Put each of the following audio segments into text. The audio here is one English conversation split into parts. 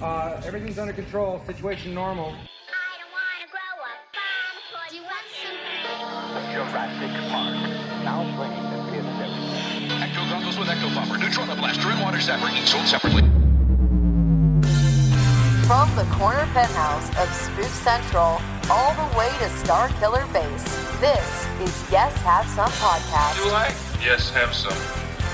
Uh, everything's under control. Situation normal. I don't wanna grow up. I'm 41. Jurassic Park. Now playing the theater. Ecto goggles with ecto bomber, neutrona blaster, and water zapper each sold separately. From the corner penthouse of Spoof Central all the way to Star Killer Base, this is Yes Have Some Podcast. I? Yes, have some.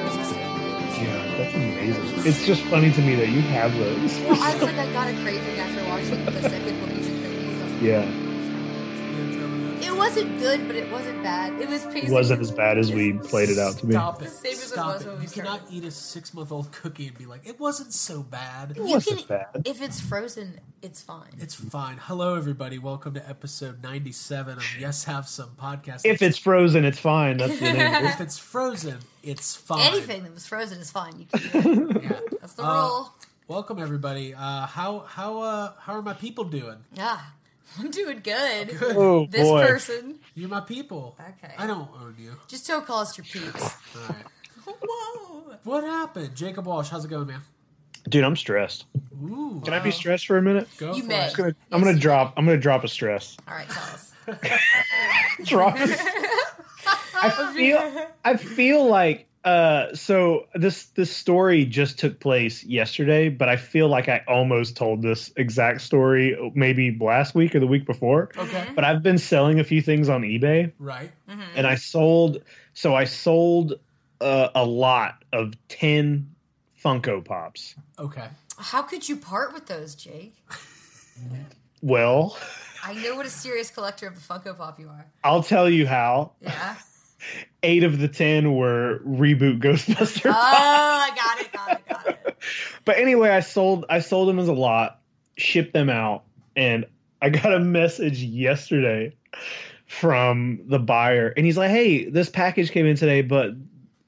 Yeah, that's amazing. It's just funny to me that you have those. I was like, I got a craving after watching the second one music video. yeah, It wasn't good, but it wasn't bad. It was paced. it wasn't as bad as we played it out to be. Stop it. It's the same as it Stop was when we You started. cannot eat a six month old cookie and be like, it wasn't so bad. You wasn't bad. If it's frozen, it's fine. It's fine. Hello, everybody. Welcome to episode 97 of Yes Have Some podcast. If it's frozen, it's fine. That's the name. if it's frozen, it's fine. Anything that was frozen is fine. You can do it. Yeah. That's the Uh, rule. Welcome, everybody. Uh, how how uh, how are my people doing? Yeah. I'm doing good. Oh This boy! person. You're my people. Okay. I don't own you. Just don't call us your peeps. All right. Whoa. What happened, Jacob Walsh? How's it going, man? Dude, I'm stressed. Ooh, Can I be stressed for a minute? go You for may. it. I'm gonna, I'm gonna drop. I'm gonna drop a stress. All right, tell us. Drop. I feel. I feel like. Uh, so this this story just took place yesterday, but I feel like I almost told this exact story maybe last week or the week before. Okay. But I've been selling a few things on eBay, Right. and I sold. So I sold uh, a lot of ten Funko Pops. Okay. How could you part with those, Jake? Well, I know what a serious collector of the Funko Pop you are. I'll tell you how. Yeah. Eight of the ten were reboot Ghostbusters. Oh, I got it, got it, got it. But anyway, I sold. I sold them as a lot, shipped them out, and I got a message yesterday from the buyer, and he's like, "Hey, this package came in today, but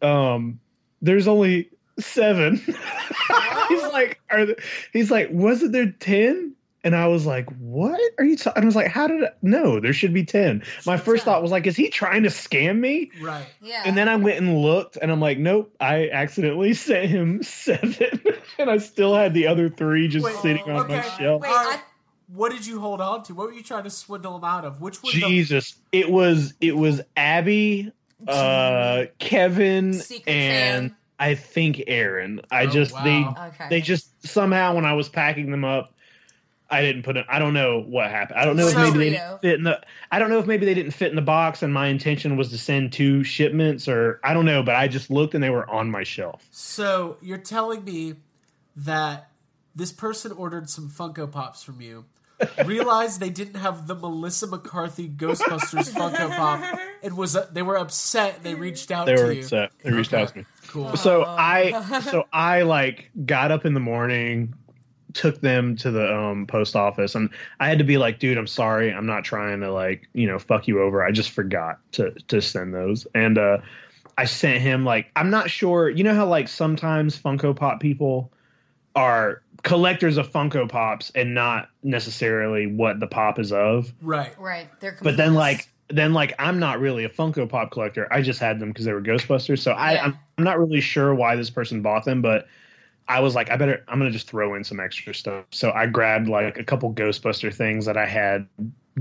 um, there's only seven. he's like, "Are th- he's like, wasn't there ten? And I was like, "What are you?" talking? I was like, "How did? I- no, there should be ten. My first thought was like, "Is he trying to scam me?" Right. Yeah. And then I went and looked, and I'm like, "Nope, I accidentally sent him seven, and I still had the other three just Wait, sitting on my okay. shelf." Wait, All I, right. What did you hold on to? What were you trying to swindle them out of? Which was Jesus, it was it was Abby, uh, Kevin, Mm-hmm. Secret and fan. I think Aaron. I Oh, just wow. they Okay. they just somehow when I was packing them up, I didn't put it. I don't know what happened. I don't know if So- maybe they Trio. didn't fit in the. I don't know if maybe they didn't fit in the box, and my intention was to send two shipments, or I don't know. But I just looked, and they were on my shelf. the So you're telling me that this person ordered some Funko Pops from you, realized they didn't have the Melissa McCarthy Ghostbusters Funko Pop, and was they were upset. They reached out They to were you. upset. They reached out to me. Cool. So I, so I like got up in the morning, took them to the um, post office, and I had to be like, "Dude, I'm sorry. I'm not trying to like you know fuck you over. I just forgot to to send those." And uh, I sent him like I'm not sure. You know how like sometimes Funko Pop people are collectors of Funko Pops and not necessarily what the pop is of Right. right. They're but then completely- like then like I'm not really a Funko Pop collector. I just had them because they were Ghostbusters. So I Yeah. I'm, I'm not really sure why this person bought them, but I was like, I better I'm gonna just throw in some extra stuff. So I grabbed like a couple Ghostbuster things that I had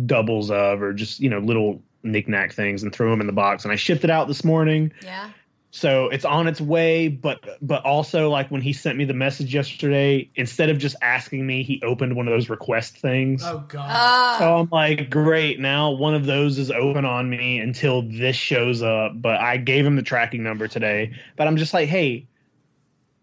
doubles of, or just you know little knickknack things, and threw them in the box. And I shipped it out this morning. yeah. So it's on its way, but but also like when he sent me the message yesterday, instead of just asking me, he opened one of those request things. Oh god. Ah. So I'm like, great, now one of those is open on me until this shows up. But I gave him the tracking number today. But I'm just like, hey,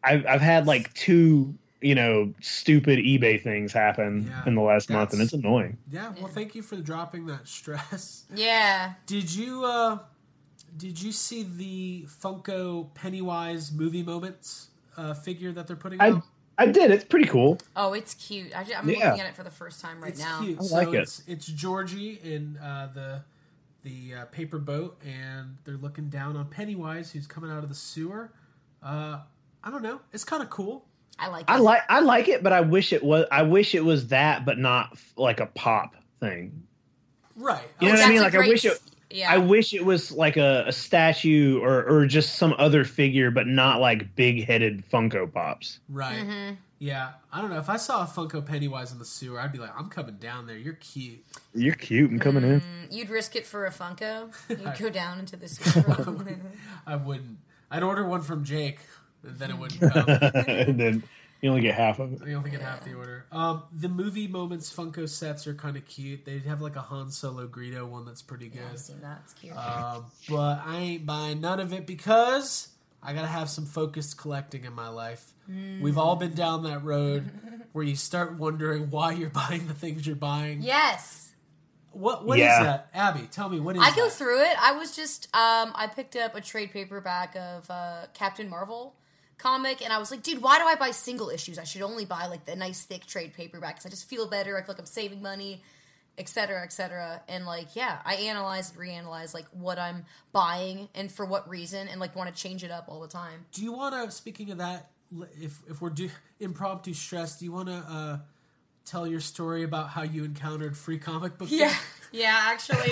I've I've had like two, you know, stupid eBay things happen Yeah, in the last month and that's- it's annoying. Yeah, well, thank you for dropping that stress. Yeah. Did you uh did you see the Funko Pennywise movie moments uh figure that they're putting I out? I did. It's pretty cool. Oh, it's cute. I am Yeah. looking at it for the first time right It's now. cute. I like it. It's, it's Georgie in uh, the the uh, paper boat, and they're looking down on Pennywise, who's coming out of the sewer. Uh, I don't know. It's kind of cool. I like. I like I like it, but I wish it was I wish it was that, but not f- like a pop thing. Right. You know That's what I mean? a Like I great wish it. s- yeah. I wish it was like a, a statue or or just some other figure, but not like big headed Funko Pops. Right. Yeah. I don't know. If I saw a Funko Pennywise in the sewer, I'd be like, I'm coming down there. You're cute. You're cute and coming in. You'd risk it for a Funko. You'd go down into the sewer. I wouldn't. I'd order one from Jake, and then it wouldn't come. Mm. and then you only get half of it. I only get half the order. Um, the movie moments Funko sets are kind of cute. They have like a Han Solo Greedo one that's pretty good. I've seen that. It's cute. Um, but I ain't buying none of it because I gotta have some focused collecting in my life. We've all been down that road where you start wondering why you're buying the things you're buying. yes. What what is Yeah. that, Abby? Tell me what is. I go that? through it. I was just um, I picked up a trade paperback of uh, Captain Marvel comic, and I was like, dude, why do I buy single issues? I should only buy like the nice thick trade paperbacks. I just feel better. I feel like I'm saving money, etc., cetera, etc. Cetera. And like, yeah, I analyze and reanalyze like what I'm buying and for what reason, and like want to change it up all the time. Do you want to? Speaking of that, l- if if we're do impromptu stress, do you want to uh, tell your story about how you encountered free comic book? Yeah, day? yeah. Actually,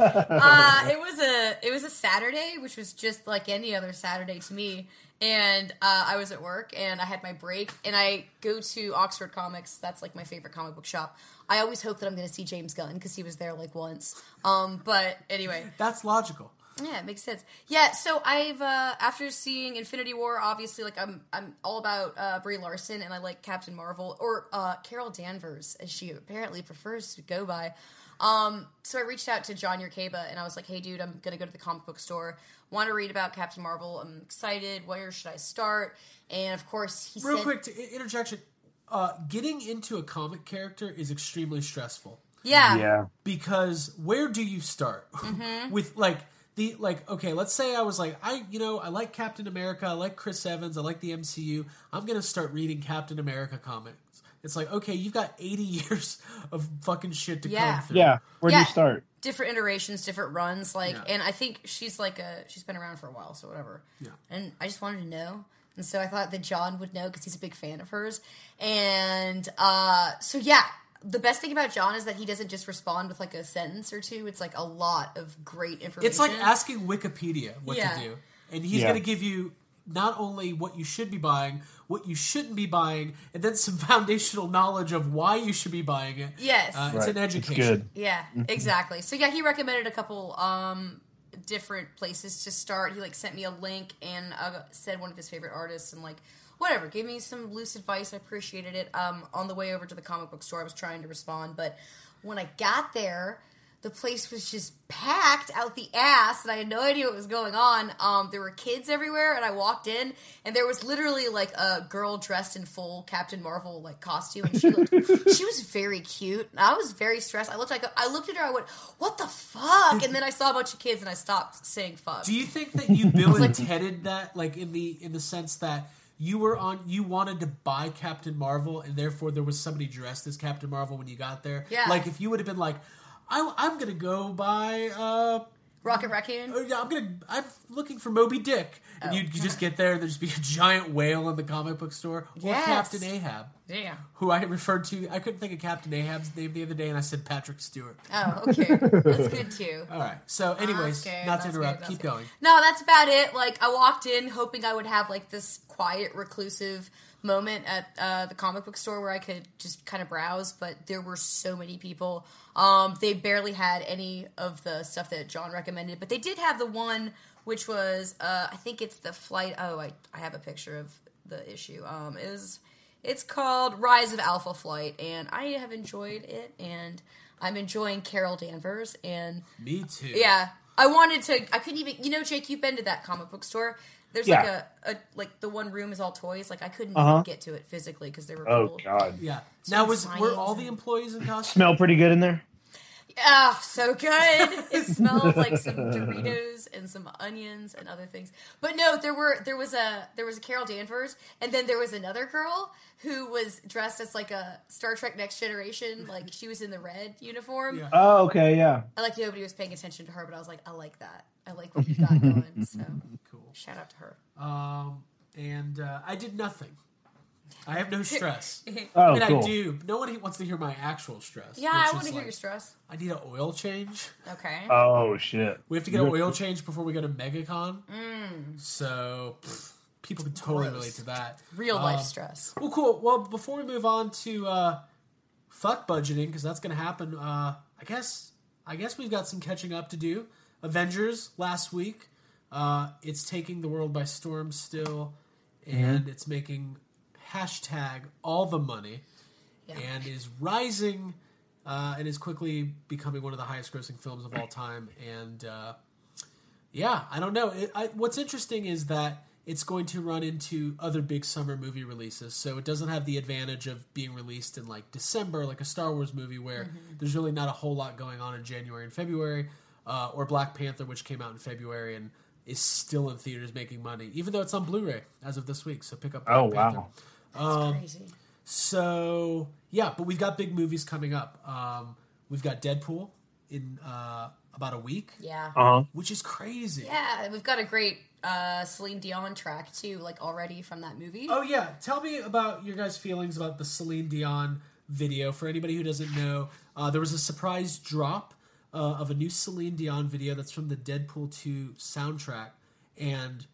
uh, it was a it was a Saturday, which was just like any other Saturday to me. And uh, I was at work, and I had my break, and I go to Oxford Comics. That's like my favorite comic book shop. I always hope that I'm going to see James Gunn because he was there like once. Um, but anyway, That's logical. yeah, it makes sense. Yeah, so I've uh, after seeing Infinity War, obviously, like I'm I'm all about uh, Brie Larson and I like Captain Marvel or uh, Carol Danvers, as she apparently prefers to go by. Um, so I reached out to John Yerkeba and I was like, "Hey, dude, I'm gonna go to the comic book store. Want to read about Captain Marvel? I'm excited. Where should I start?" And of course, he Real said, quick, to i- interjection. Uh, getting into a comic character is extremely stressful. "Yeah, because where do you start Mm-hmm. with like the like okay let's say i was like i you know i like captain america i like chris evans i like the mcu i'm gonna start reading captain america comics it's like okay you've got 80 years of fucking shit to Yeah. come through Yeah. Where do Yeah. you start? different iterations, different runs. Like, Yeah. and I think she's like a she's been around for a while, so whatever. Yeah. And I just wanted to know, and so I thought that John would know because he's a big fan of hers. And uh, so yeah, the best thing about John is that he doesn't just respond with like a sentence or two. It's like a lot of great information. it's like asking wikipedia what Mm-hmm. Yeah. to do and he's Yeah. gonna give you not only what you should be buying what you shouldn't be buying and then some foundational knowledge of why you should be buying it Yes. uh, it's an Right. education good. Yeah, exactly. So yeah, he recommended a couple um different places to start. He like sent me a link and uh, said one of his favorite artists and like whatever, gave me some loose advice. I appreciated it. Um on the way over to the comic book store, I was trying to respond, but when I got there, the place was just packed out the ass and i had no idea what was going on um, there were kids everywhere and i walked in and there was literally like a girl dressed in full captain marvel like costume and she looked she was very cute i was very stressed i looked like i looked at her i went what the fuck and then i saw a bunch of kids and i stopped saying fuck Do you think that you Bill and Teded that, like in the in the sense that you were on, you wanted to buy Captain Marvel, and therefore there was somebody dressed as Captain Marvel when you got there? Yeah. Like if you would have been like, I, I'm gonna go buy, uh, rocket raccoon oh, yeah, I'm gonna, I'm looking for Moby Dick, and Oh. you'd you just get there and there'd just be a giant whale in the comic book store or Yes. Captain Ahab. yeah Who I referred to, I couldn't think of Captain Ahab's name the other day, and I said Patrick Stewart. oh okay that's good too All right. So, anyways, Okay, not to that's interrupt. good, Keep that's going. good. No, that's about it. Like I walked in hoping I would have like this quiet, reclusive moment at uh, the comic book store where I could just kind of browse, but there were so many people. Um, they barely had any of the stuff that John recommended, but they did have the one which was uh, I think it's the flight. Oh, I, I have a picture of the issue. Um, is it's called Rise of Alpha Flight, and I have enjoyed it, and I'm enjoying Carol Danvers, and Me too. yeah, I wanted to. I couldn't even. You know, Jake, you've been to that comic book store. There's Yeah. like a, a like the one room is all toys. Like I couldn't Uh-huh. get to it physically because there were Oh, people. God. Yeah. So Now was exciting. were all the employees in costume? Smell pretty good in there. Oh, so good. It smelled like some Doritos and some onions and other things. But no, there were there was a there was a Carol Danvers and then there was another girl who was dressed as like a Star Trek Next Generation, like she was in the red uniform. Yeah. Oh, okay, yeah. I like nobody was paying attention to her, but I was like, I like that. I like what you got going. So Cool. shout out to her. Um, and uh, I did nothing. I have no stress. Oh, and cool. I do. No one wants to hear my actual stress. Yeah, which I is want to hear like, your stress. I need an oil change. Okay. Oh shit. We have to get an oil change before we go to MegaCon. So pff, people can totally Mm. Gross. relate to that. Real life Um, stress. Well, cool. Well, before we move on to uh, fuck budgeting, because that's going to happen. Uh, I guess. I guess we've got some catching up to do. Avengers last week. Uh, it's taking the world by storm still, and it's making hashtag all the money, Yeah. and is rising, uh, and is quickly becoming one of the highest grossing films of all time. And uh, yeah, I don't know. It, I, what's interesting is that it's going to run into other big summer movie releases, so it doesn't have the advantage of being released in like December, like a Star Wars movie, where there's really not a whole lot going on in January and February, uh, or Black Panther, which came out in February and is still in theaters making money, even though it's on Blu-ray as of this week. So pick up. Black Oh, wow. Panther. Crazy. So yeah, but we've got big movies coming up. Um, we've got Deadpool in uh, about a week, Yeah. Uh huh. which is crazy. Yeah, we've got a great uh, Celine Dion track too, like already from that movie. Oh yeah, tell me about your guys' feelings about the Celine Dion video. For anybody who doesn't know, uh, there was a surprise drop uh, of a new Celine Dion video that's from the Deadpool 2 soundtrack, and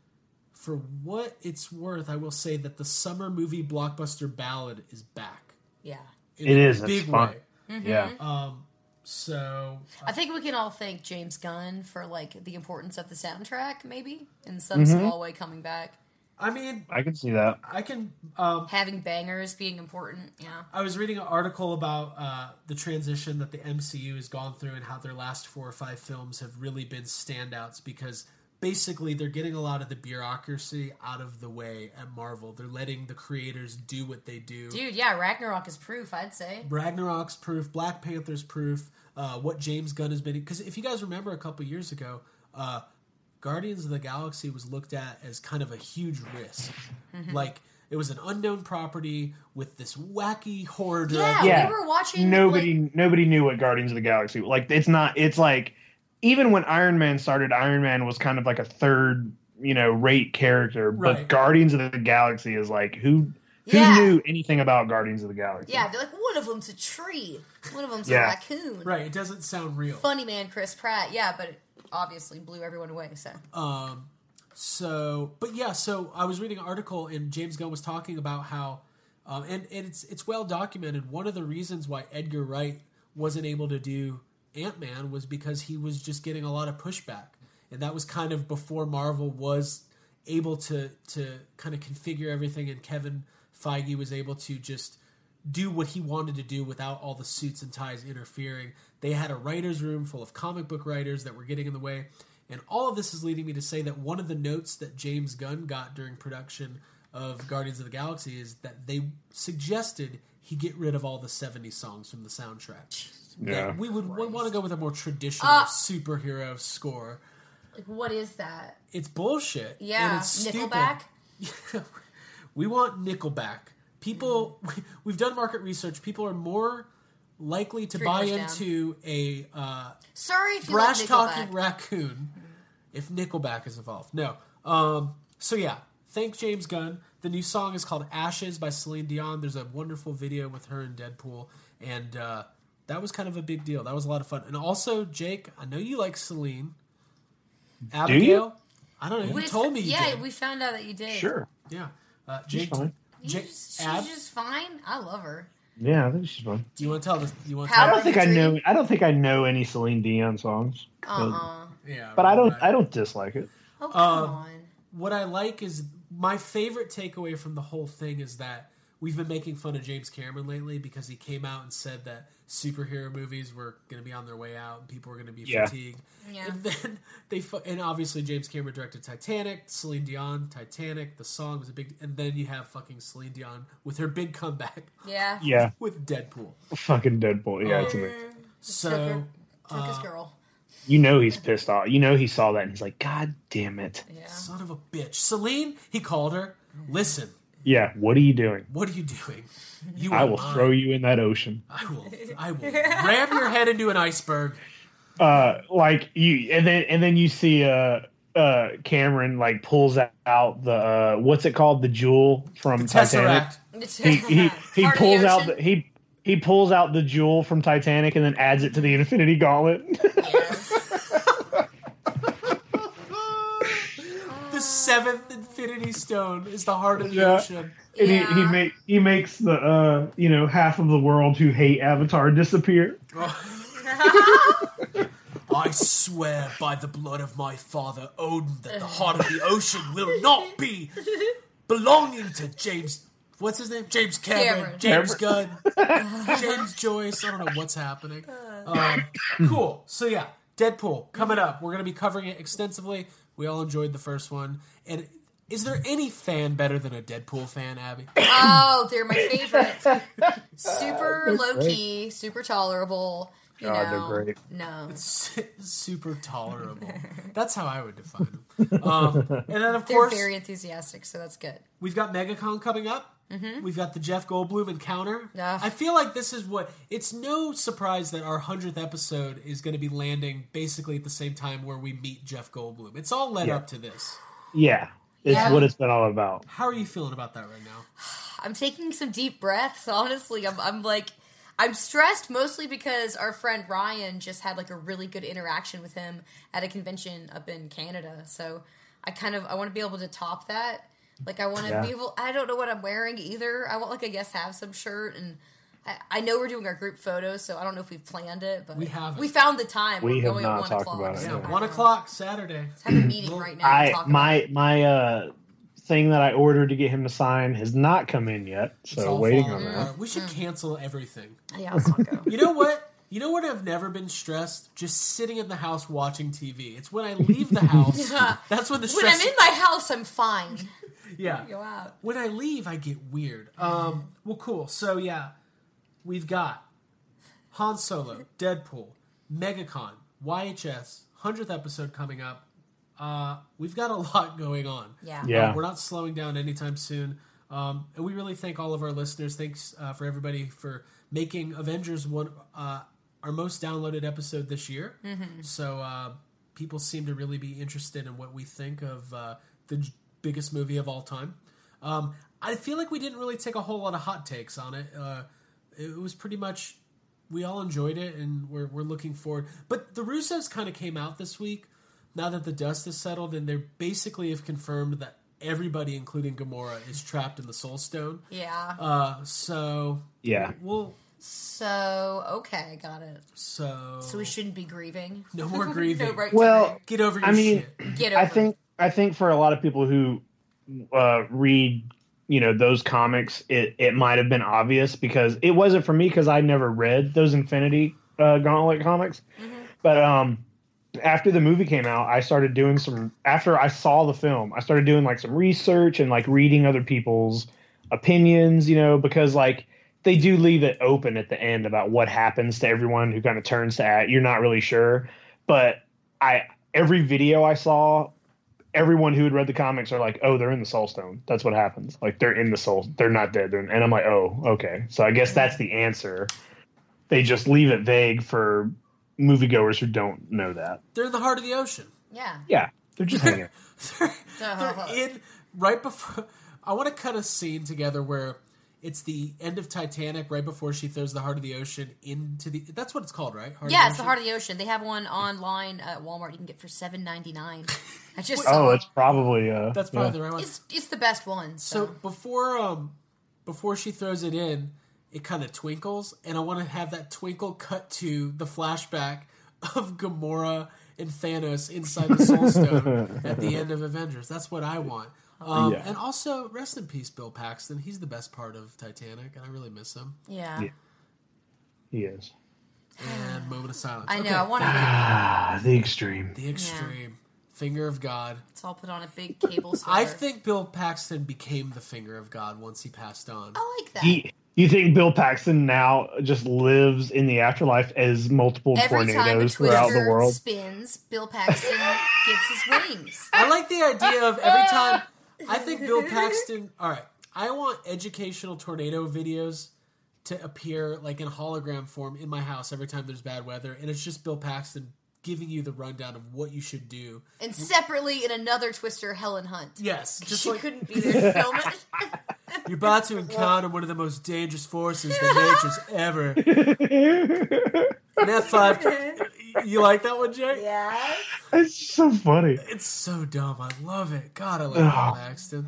for what it's worth, I will say that the summer movie blockbuster ballad is back. Yeah. In It a is. It's fun. Yeah. Um, so I think we can all thank James Gunn for like the importance of the soundtrack, maybe in some small way coming back, I mean, I can see that. I can um, having bangers being important. Yeah, Uh, I was reading an article about uh, the transition that the MCU has gone through and how their last four or five films have really been standouts because basically they're getting a lot of the bureaucracy out of the way at Marvel. They're letting the creators do what they do. dude. Yeah, Ragnarok is proof. I'd say. Ragnarok's proof, Black Panther's proof, uh, what James Gunn has been. Because if you guys remember a couple years ago, uh, Guardians of the Galaxy was looked at as kind of a huge risk. Like, it was an unknown property with this wacky hoarder. Yeah, Yeah. we were watching. Nobody like- nobody knew what Guardians of the Galaxy like it's not it's like even when Iron Man started, Iron Man was kind of like a third, you know, rate character, Right. but Guardians of the Galaxy is like who who Yeah. knew anything about Guardians of the Galaxy? yeah, they're like one of them's a tree, one of them's Yeah. a raccoon. Right, it doesn't sound real. Funny man, Chris Pratt. Yeah, but it obviously blew everyone away. So Um, so, but yeah, so I was reading an article and James Gunn was talking about how, um, and, and it's it's well documented. One of the reasons why Edgar Wright wasn't able to do Ant Man was because he was just getting a lot of pushback, and that was kind of before Marvel was able to to kind of configure everything, and Kevin Feige was able to just do what he wanted to do without all the suits and ties interfering. They had a writer's room full of comic book writers that were getting in the way. And all of this is leading me to say that one of the notes that James Gunn got during production of Guardians of the Galaxy is that they suggested he get rid of all the 70 songs from the soundtrack. Yeah. That we would want to go with a more traditional Ah. superhero score. like, what is that? It's bullshit. and Yeah, it's stupid. Nickelback. we want Nickelback. People, we, we've done market research. People are more likely to Three buy doors down. into a uh, Sorry if you like brash talking Nickelback. raccoon if Nickelback is involved. No. Um, so yeah, thank James Gunn. The new song is called Ashes by Celine Dion. There's a wonderful video with her and Deadpool, and uh, that was kind of a big deal. That was a lot of fun. And also, Jake, I know you like Celine. Abigail, I don't know. We- You told me you yeah, did. we found out that you did. Sure. Yeah. Uh, She's Jake, fine. You Jake, just- Ab, she's just fine. I love her. Yeah, I think she's fun. do you want to tell this? You want to How I tell? don't think I know I don't think I know any Celine Dion songs. Uh uh Yeah, But I don't right. I don't dislike it. Oh come uh, on. What I like is my favorite takeaway from the whole thing is that we've been making fun of James Cameron lately because he came out and said that superhero movies were going to be on their way out and people were going to be Yeah. fatigued. Yeah. And then they fu- and obviously James Cameron directed Titanic, Celine Dion, Titanic. The song was a big, and then you have fucking Celine Dion with her big comeback. Yeah. Yeah. with Deadpool. Fucking Deadpool. Yeah, it's Um, amazing. Mm. So took her- took his uh, girl. You know he's pissed off. You know he saw that and he's like, God damn it. son of a bitch, Celine. He called her. Listen, Yeah, what are you doing? what are you doing? You I Oh, are will mine. throw you in that ocean. I will. I will ram your head into an iceberg. Uh, like you, and then and then you see uh uh Cameron like pulls out the uh what's it called the jewel from Titanic. Tesseract. He he, he Heart of the pulls out ocean. the he he pulls out the jewel from Titanic and then adds it to the Infinity Gauntlet. The seventh Infinity Stone is the heart of the Yeah. ocean. And he, he, make, he makes the uh, you know half of the world who hate Avatar disappear. I swear by the blood of my father Odin that the heart of the ocean will not be belonging to James. What's his name? James Cameron. Cameron. James Gunn. James Joyce. I don't know what's happening. Uh. Um, cool. So yeah, Deadpool coming up. We're gonna be covering it extensively. We all enjoyed the first one. And is there any fan better than a Deadpool fan, Abby? Oh, they're my favorite. super low key, super tolerable. You God, they're know. great. No. Super tolerable. That's how I would define them. Um, and then of they're course very enthusiastic, so that's good. We've got MegaCon coming up. Mhm. We've got the Jeff Goldblum encounter. I feel like this is what it's no surprise that our 100th episode is going to be landing basically at the same time where we meet Jeff Goldblum. It's all led Yeah. up to this. Yeah, it's Yeah. what it's been all about. How are you feeling about that right now? I'm taking some deep breaths. Honestly, I'm, I'm like, I'm stressed mostly because our friend Ryan just had like a really good interaction with him at a convention up in Canada. So I kind of I want to be able to top that. Like I want to Yeah. be able. I don't know what I'm wearing either. I want like a yes have some shirt, and I, I know we're doing our group photo, so I don't know if we've planned it, but We haven't. We found the time. We we're have going not at one talked o'clock. about it. Yeah, Yeah. one o'clock Saturday. Let's have a meeting right now. and I talk about my my uh thing that I ordered to get him to sign has not come in yet, It's so all waiting on falling that. apart. Uh, We Mm. should cancel everything. Yeah, let's not go. You know what? You know what? I've never been stressed. Just sitting in the house watching TV. It's when I leave the house. Yeah. That's when the when stress. I'm in my house, I'm fine. yeah. Go out. When I leave, I get weird. Um, well, cool. So yeah, we've got Han Solo, Deadpool, MegaCon, YHS, hundredth episode coming up. Uh, we've got a lot going on. Yeah. Uh, Yeah. we're not slowing down anytime soon. Um, and we really thank all of our listeners. Thanks uh, for everybody for making Avengers one uh, our most downloaded episode this year. Mhm. So uh, people seem to really be interested in what we think of uh, the j- biggest movie of all time. Um, I feel like we didn't really take a whole lot of hot takes on it. Uh, it was pretty much we all enjoyed it, and we're we're looking forward. But the Russos kind of came out this week. Now that the dust has settled, and they basically have confirmed that everybody, including Gamora, is trapped in the Soul Stone. Yeah. Uh, so Yeah. well, So okay, got it. so So we shouldn't be grieving. uh, No more grieving. no right to Well, get over your I mean, grieve. get over. I think I think for a lot of people who uh, read you know those comics, it it might have been obvious because it wasn't for me because I never read those Infinity uh, Gauntlet comics. Mm-hmm. But um, after the movie came out, I started doing some. After I saw the film, I started doing like some research and like reading other people's opinions. You know, because like they do leave it open at the end about what happens to everyone who kind of turns to at. You're not really sure, but I every video I saw, everyone who had read the comics are like, "Oh, they're in the Soul Stone. That's what happens. Like they're in the Soul. They're not dead." They're in-" and I'm like, "Oh, okay. So I guess that's the answer." They just leave it vague for moviegoers who don't know that. They're in the heart of the ocean. Yeah. Yeah, they're just hanging. They're in right before. I want to cut a scene together where it's the end of Titanic, right before she throws the heart of the ocean into the. That's what it's called, right? Heart of yeah, it's the Ocean? heart of the ocean. They have one online at Walmart. You can get for seven ninety nine. I just Oh, saw. it's probably uh, That's probably yeah. the right one. It's it's the best one. So So, before um before she throws it in, it kind of twinkles, and I want to have that twinkle cut to the flashback of Gamora and Thanos inside the Soul Stone at the end of Avengers. That's what I want. Uh-huh. Um, Yeah. And also, rest in peace, Bill Paxton. He's the best part of Titanic, and I really miss him. Yeah. He is. And moment of silence. I know, Okay. I wanna- Ah, the extreme. the extreme finger of God. It's all put on a big cable sweater. I think Bill Paxton became the finger of God once he passed on. I like that. He, you think Bill Paxton now just lives in the afterlife as multiple Every time a tornadoes throughout the twister world? spins, Bill Paxton gets his wings. I like the idea of every time. I think Bill Paxton. All right, I want educational tornado videos to appear like in hologram form in my house every time there's bad weather, and it's just Bill Paxton giving you the rundown of what you should do. And separately in another twister, Helen Hunt. Yes, just she like- couldn't be there to film it. You're about to encounter one of the most dangerous forces that nature's ever. An F five. You like that one, Jay? Yeah. It's so funny. It's so dumb. I love it. God, I love Oh. Bill Paxton.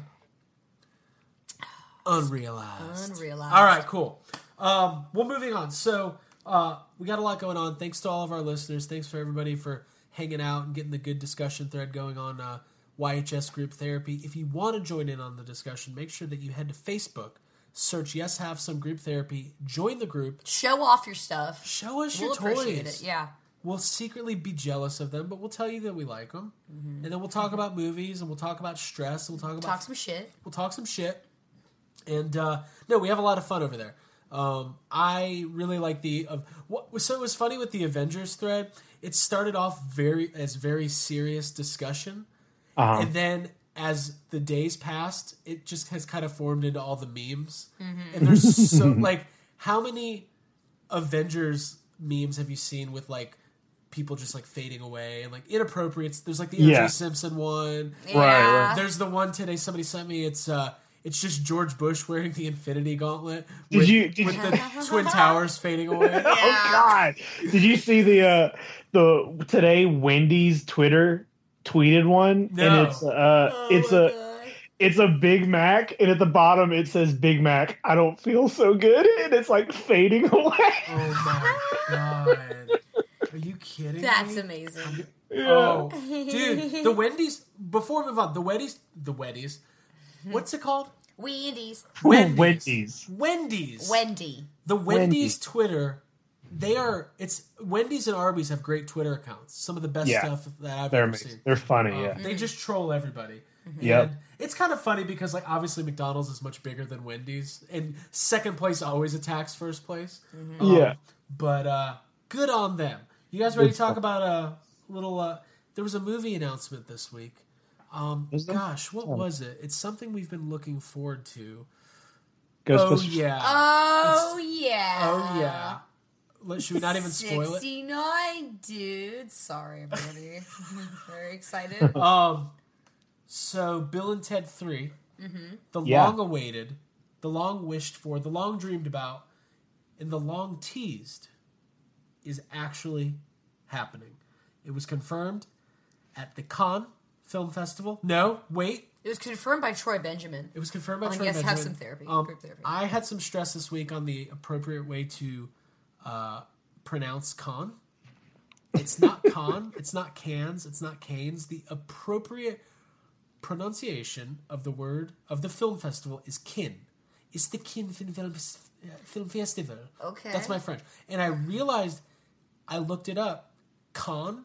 Unrealized. Unrealized. All right, cool. Um, well, moving on. So uh, we got a lot going on. Thanks to all of our listeners. Thanks for everybody for hanging out and getting the good discussion thread going on uh, YHS Group Therapy. If you want to join in on the discussion, make sure that you head to Facebook, search Yes Have Some Group Therapy, join the group. Show off your stuff. Show us we'll your appreciate toys. it. Yeah. We'll secretly be jealous of them, but we'll tell you that we like them. Mm-hmm. And then we'll talk about movies and we'll talk about stress and we'll talk about Talk some shit. we'll talk some shit. And uh, no, we have a lot of fun over there. Um, I really like the of what was so it was funny with the Avengers thread. It started off very as very serious discussion, Uh-huh. and then as the days passed, it just has kind of formed into all the memes. And there's so like how many Avengers memes have you seen with like people just like fading away and like inappropriate? There's like the O.J. Yeah. Simpson one, Right, right. Yeah. There's the one today somebody sent me. It's uh, it's just George Bush wearing the Infinity Gauntlet Did with, you- did with you- the Twin Towers fading away. Oh God! Did you see the uh, the today Wendy's Twitter tweeted one, No. Oh, and it's uh, it's a it's a Big Mac, and at the bottom it says Big Mac. I don't feel so good, and it's like fading away. Oh my god! Are you kidding? That's me? amazing. Oh, dude, the Wendy's. Before we move on, the Wendy's, the Wendy's. Hmm. What's it called? Wendy's. Wendy's. Wendy's. Wendy. The Wendy's. Wendy's Twitter, they are. It's Wendy's and Arby's have great Twitter accounts. Some of the best Yeah. stuff that I've They're ever amazing. seen. They're funny. Um, yeah. They just troll everybody. Mm-hmm. Yep. And It's kind of funny because like obviously McDonald's is much bigger than Wendy's, and second place always attacks first place. Oh, Yeah. But uh, good on them. You guys ready to talk about a little? Uh, there was a movie announcement this week. Um, Was there? gosh, what Oh. was it? It's something we've been looking forward to. Oh Ghostbusters. yeah. Oh yeah. oh yeah. Let- Should we not even spoil it? Sixty-nine, dude. Sorry, everybody. Very excited. Um, so Bill and Ted 3 the Yeah. long awaited, the long wished for, the long dreamed about, and the long teased, is actually happening. It was confirmed at the Cannes Film Festival. No, wait, It was confirmed by Troy Benjamin. it was confirmed by On Troy Yes, Have Benjamin. Some Therapy, Um, Group Therapy. I had some stress this week on the appropriate way to uh, pronounce con. It's not con. it's not cans. It's not canes. The appropriate pronunciation of the word of the film festival is kin. It's the kin film, film, film festival. Okay. that's my French. And I realized I looked it up. Con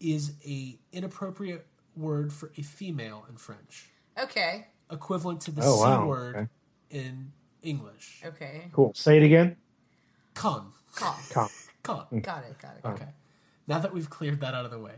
is a inappropriate word for a female in French Okay. equivalent to the Oh, C wow. word Okay. in English. Okay. Cool. Say it again. Con. Call. Come. Con. Got it. Got it. Okay. Now that we've cleared that out of the way.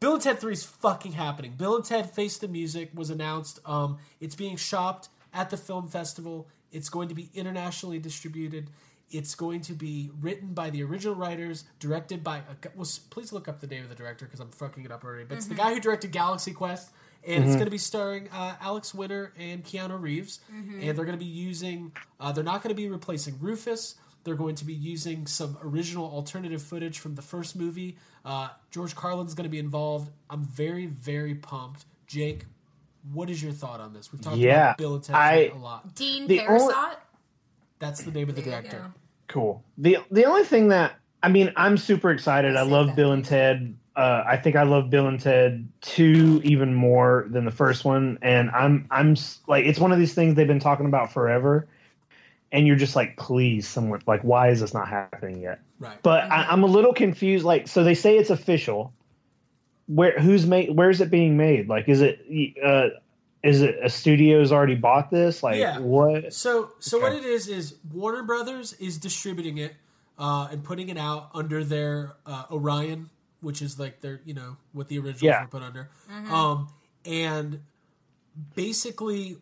Bill and Ted 3 is fucking happening. Bill and Ted Face the Music was announced. Um, it's being shopped at the film festival. It's going to be internationally distributed. It's going to be written by the original writers, directed by. A, gu- well, s- please look up the name of the director because I'm fucking it up already. But it's the guy who directed Galaxy Quest, and it's going to be starring uh, Alex Winter and Keanu Reeves. And they're going to be using. Uh, they're not going to be replacing Rufus. They're going to be using some original alternative footage from the first movie. Uh, George Carlin's going to be involved. I'm very, very pumped. Jake, what is your thought on this? We've talked Yeah, about Bill and Ted I- Fate a lot. Dean The Parasot. only- That's the name of the There you director. go. Cool. the The only thing that I mean, I'm super excited. I, love Bill and Ted. Uh, I think I love Bill and Ted two even more than the first one, and I'm I'm s- like it's one of these things they've been talking about forever, and you're just like, please, someone like, why is this not happening yet? Right. But I, I'm a little confused. Like, so they say it's official. Where who's made? Where is it being made? Like, is it uh, is it a studio's already bought this? Like, Yeah. what? So, so what Okay. it is is Warner Brothers is distributing it uh, and putting it out under their uh, Orion, which is like their you know what the originals Yeah. were put under. Mhm. Um, and basically,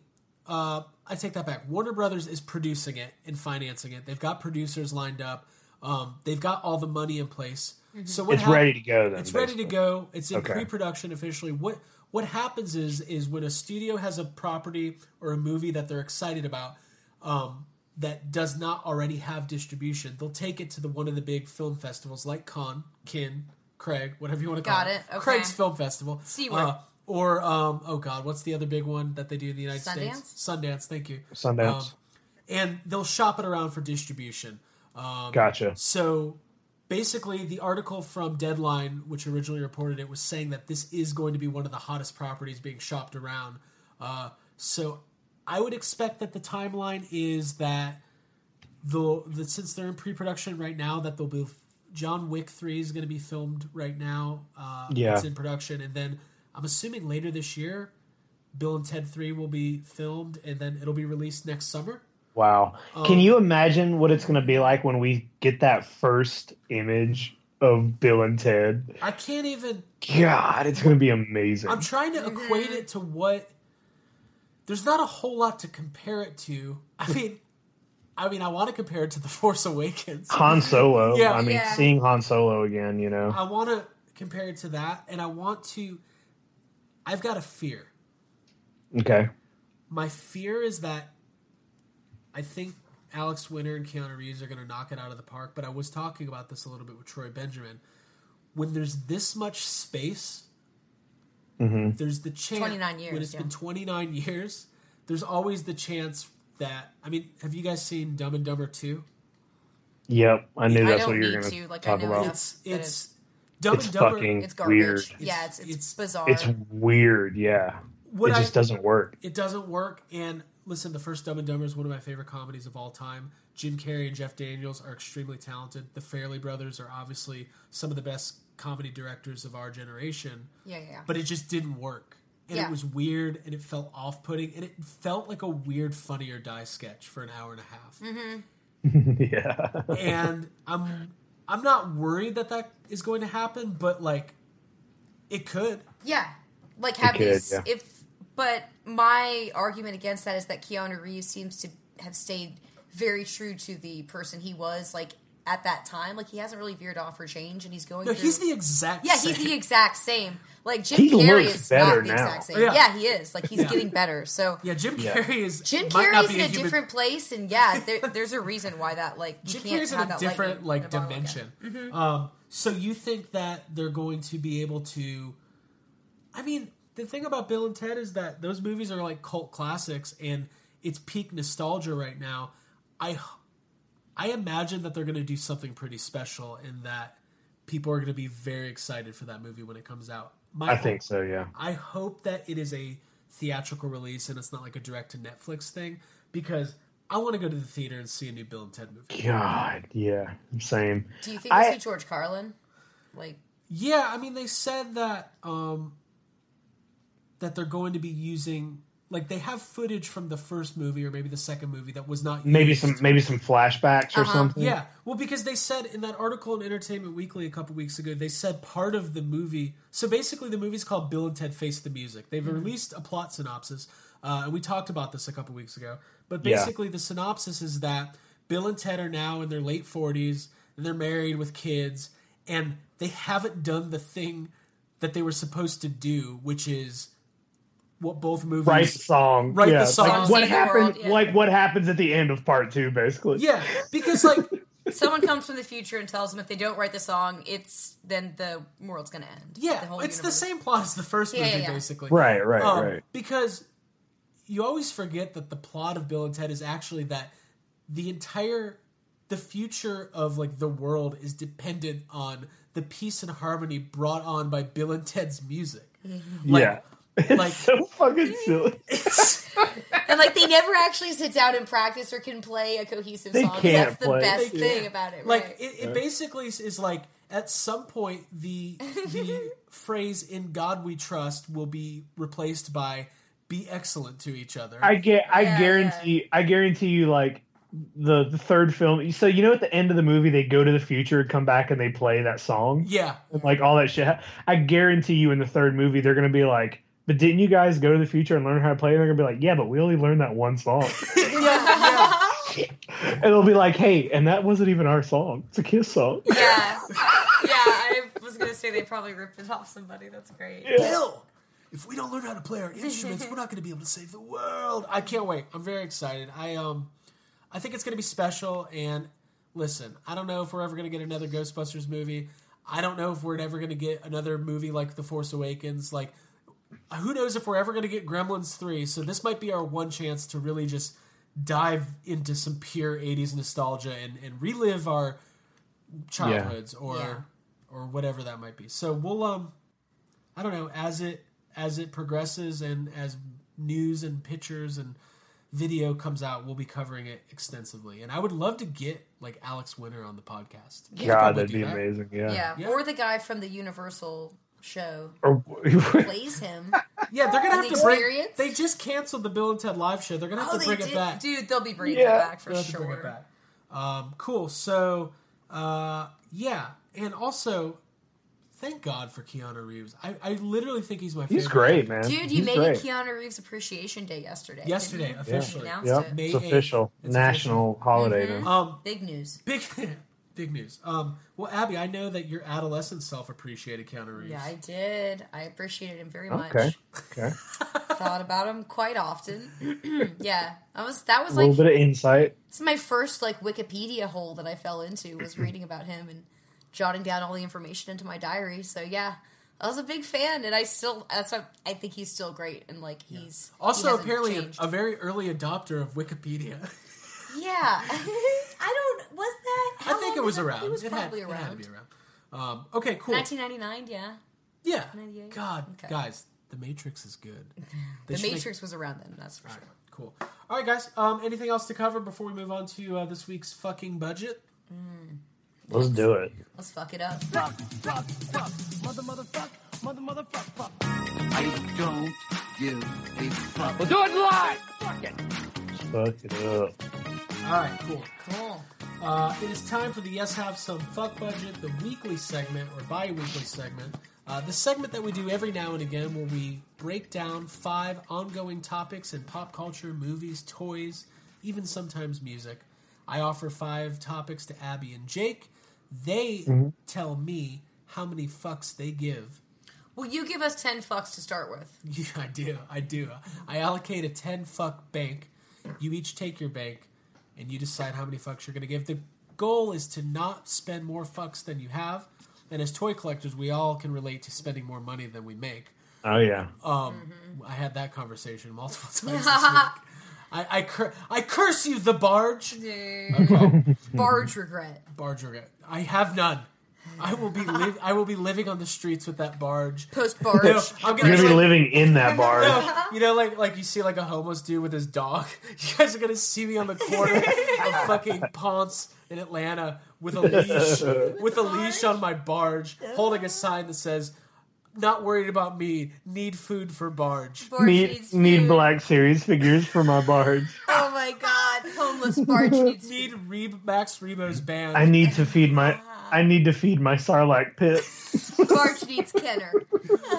uh, I take that back. Warner Brothers is producing it and financing it. They've got producers lined up. Um, they've got all the money in place. So what It's ready to go then, it's ready to basically. go. It's in Okay. pre-production officially. What what happens is is when a studio has a property or a movie that they're excited about um, that does not already have distribution, they'll take it to the one of the big film festivals like Con, Kin, Craig, whatever you want to call Got it. Okay. Craig's Film Festival. C word. Uh, or um, oh god, what's the other big one that they do in the United States? Sundance. Thank you. Sundance. Um, and they'll shop it around for distribution. Um, Gotcha. So basically, the article from Deadline, which originally reported it, was saying that this is going to be one of the hottest properties being shopped around. Uh, so I would expect that the timeline is that the, the since they're in pre-production right now, that they'll be John Wick Three is going to be filmed right now. Uh, Yeah. it's in production, and then I'm assuming later this year. Bill and Ted 3 will be filmed and then it'll be released next summer. Wow. Um, Can you imagine what it's going to be like when we get that first image of Bill and Ted? I can't even God, it's going to be amazing. I'm trying to equate it to what. There's not a whole lot to compare it to. I mean, I mean, I want to compare it to the Force Awakens. Han Solo. Yeah. Um, I mean, Yeah. seeing Han Solo again, you know. I want to compare it to that, and I want to. I've got a fear. Okay. My fear is that I think Alex Winter and Keanu Reeves are going to knock it out of the park. But I was talking about this a little bit with Troy Benjamin. When there's this much space hmm there's the chance 29 years, when it's yeah. been 29 years there's always the chance that i mean have you guys seen dumb and dumber 2 Yep. I knew I that's don't what you need were going to, like, I talk know about. enough. it's dumb It's and dumber fucking It's garbage. weird. Yeah, it's, it's, bizarre. It's weird. Yeah. What it I- just doesn't work. It doesn't work. And listen, the first Dumb and Dumber is one of my favorite comedies of all time. Jim Carrey and Jeff Daniels are extremely talented. The Fairley brothers are obviously some of the best comedy directors of our generation. Yeah, yeah, yeah. But it just didn't work. And Yeah. it was weird and it felt off putting and it felt like a weird funny or die sketch for an hour and a half. Mm-hmm. yeah. and I'm I'm not worried that that is going to happen, but like it could. Yeah, like It have could, these yeah. if. But my argument against that is that Keanu Reeves seems to have stayed very true to the person he was like at that time. Like he hasn't really veered off or changed, and he's going. No, through, he's the exact yeah, same. he's the exact same. Like Jim He Carrey looks is better not the now. exact same. Yeah. Yeah, he is. Like he's Yeah. getting better. So Yeah, Jim Yeah. Carrey is Jim might not Carrey's be in a, human- different place, and yeah, there, there's a reason why that like you Jim can't Carrey's in have a that different lightning in like a bottle dimension. again. Mhm. Um, so you think that they're going to be able to? I mean, the thing about Bill and Ted is that those movies are like cult classics, and it's peak nostalgia right now. I h- I imagine that they're going to do something pretty special, and that people are going to be very excited for that movie when it comes out. I think so, yeah. I hope that it is a theatrical release and it's not like a direct to Netflix thing because I want to go to the theater and see a new Bill and Ted movie. God. Yeah. Same. Do you think I- it's a George Carlin? Like Yeah, I mean they said that um that they're going to be using like they have footage from the first movie or maybe the second movie that was not Maybe used. some maybe some flashbacks or Uh-huh. something. Yeah, well, because they said in that article in Entertainment Weekly a couple weeks ago, they said part of the movie. So basically, the movie's called Bill and Ted Face the Music. They've Mhm. released a plot synopsis, uh, and we talked about this a couple weeks ago. But Yeah. basically, the synopsis is that Bill and Ted are now in their late forties, and they're married with kids, and they haven't done the thing that they were supposed to do, which is what both movies Write the song. Write the yeah. song. Like, what Save the world, happened? yeah. Like what happens at the end of part two, basically? Yeah, because like someone comes from the future and tells them if they don't write the song, it's then the world's gonna end. Yeah, the it's the same plot as the first Yeah, movie, yeah, yeah. basically. Right, right, Um, right. Because you always forget that the plot of Bill and Ted is actually that the entire the future of like the world is dependent on the peace and harmony brought on by Bill and Ted's music. Like, yeah. It's like- so fucking silly. and like they never actually sit down and practice or can play a cohesive They song. can't That's the play. best They thing can't. about it. Like right? it, it basically is- is like at some point the the phrase "In God We Trust" will be replaced by "Be excellent to each other." I get. I Yeah, guarantee. I guarantee you, like the, the third film. So you know, at the end of the movie, they go to the future, come back, and they play that song, yeah, and like all that shit. ha- I guarantee you, in the third movie, they're gonna be like, "But didn't you guys go to the future and learn how to play?" And they're gonna be like, "Yeah, but we only learned that one song." yeah, yeah. and it'll be like, "Hey, and that wasn't even our song. It's a Kiss song." yeah, yeah. I was gonna say they probably ripped it off somebody. That's great. Bill, if we don't learn how to play our instruments, we're not going to be able to save the world. I can't wait. I'm very excited. I um, I think it's going to be special. And listen, I don't know if we're ever going to get another Ghostbusters movie. I don't know if we're ever going to get another movie like The Force Awakens. Like, who knows if we're ever going to get Gremlins three? So this might be our one chance to really just dive into some pure 80s nostalgia and, and relive our childhoods or Yeah. or whatever that might be. So we'll um I don't know as it as it progresses and as news and pictures and video comes out, we'll be covering it extensively. And I would love to get like Alex Winter on the podcast. We could God, probably that'd do be that. amazing. Yeah. Yeah. or the guy from the Universal show Or plays him. Yeah, they're gonna And have the to bring. experience? They just canceled the Bill and Ted live show. They're gonna have oh, to they bring did, it back. dude. They'll be bringing Yeah. it back for They'll have to sure. bring it back. Um, cool. So, uh, yeah, and also, thank God for Keanu Reeves. I, I literally think he's my favorite. he's great, man. Dude, you He's made great. it Keanu Reeves Appreciation Day yesterday. didn't Yesterday, you? officially. announced Yep, it. May it's 8th. official It's national holiday Mhm. now. Um, Big news. big, big news. Um, well, Abby, I know that your adolescent self appreciated Keanu Reeves. Yeah, I did. I appreciated him very much. Okay, okay. Thought about him quite often. yeah, I was. That was a little like bit of insight. It's my first like Wikipedia hole that I fell into was reading about him and jotting down all the information into my diary. So yeah, I was a big fan, and I still that's what I think he's still great and like he's he also, hasn't apparently, a, changed. Oh, a very early adopter of Wikipedia. yeah. I don't was that. I how think long it was that? around. It was it had, probably it had to around. be around. Um, okay, cool. 1999, yeah. yeah. 98? God, Okay. guys, The Matrix is good. They The should make- Matrix was around then. That's for All sure. right, cool. All right, guys. Um, anything else to cover before we move on to uh, this week's fucking budget? Let's do it. Let's fuck it up. Fuck it up. All right, cool. Cool. Uh, it is time for the Yes Have Some Fuck Budget, the weekly segment or bi weekly segment. Uh, the segment that we do every now and again where we break down five ongoing topics in pop culture, movies, toys, even sometimes music. I offer five topics to Abby and Jake. They tell me how many fucks they give. Well, you give us ten fucks to start with. Yeah, I do. I do. I allocate a 10 fuck bank. You each take your bank and you decide how many fucks you're going to give. The goal is to not spend more fucks than you have. And as toy collectors, we all can relate to spending more money than we make. Oh yeah. Um, I had that conversation multiple times this week. I, I, cur- I curse you, the barge. Barge regret. Barge, regret. I have none. I will be li- I will be living on the streets with that barge. Post barge. No, I'm gonna You're gonna like- be living in that bar. you know, like like you see like a homeless dude with his dog. You guys are gonna see me on the corner of fucking Ponce in Atlanta with a leash, with a leash on my barge, holding a sign that says "Not worried about me. Need food for barge." Barge need needs need food. black series figures for my bards. Oh my god, homeless barge needs food. Need Re- Max Rebo's band. I need to feed my I need to feed my sarlacc pit. Barge needs Kenner.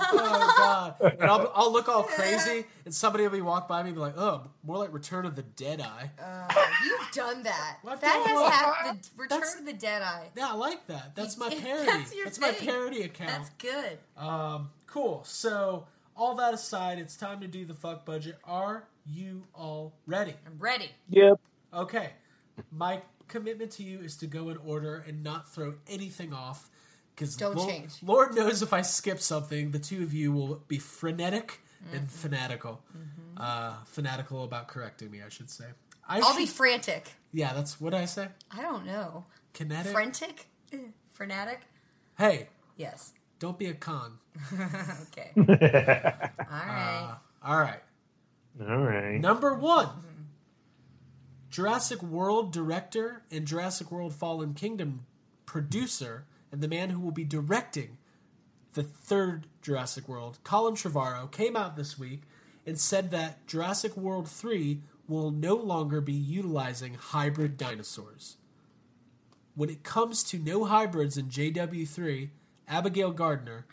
oh god! And I'll, I'll look all crazy, and somebody will be walk by me and be like, "Oh, more like Return of the Dead Eye." You've done that. What that the has fuck? happened. Return That's- of the Deadeye. yeah, I like that. That's my That's parody. your my thing. parody account. That's good. Um, cool. So, all that aside, it's time to do the fuck budget. Are you all ready? I'm ready. Yep. Okay. My commitment to you is to go in order and not throw anything off. Because Don't change. Lord knows if I skip something, the two of you will be frenetic Mm-hmm. and fanatical. Uh, fanatical about correcting me, I should say. I I'll should, be frantic. Yeah, that's what I say. I don't know. Kinetic. Frantic? Eh, Frenetic? Hey, Yes. don't be a con. okay. All right. All right. All right. Number one Jurassic World director and Jurassic World Fallen Kingdom producer, and the man who will be directing the third Jurassic World, Colin Trevorrow, came out this week and said that Jurassic World 3 will no longer be utilizing hybrid dinosaurs. When it comes to no hybrids in JW3, Abigail Gardner,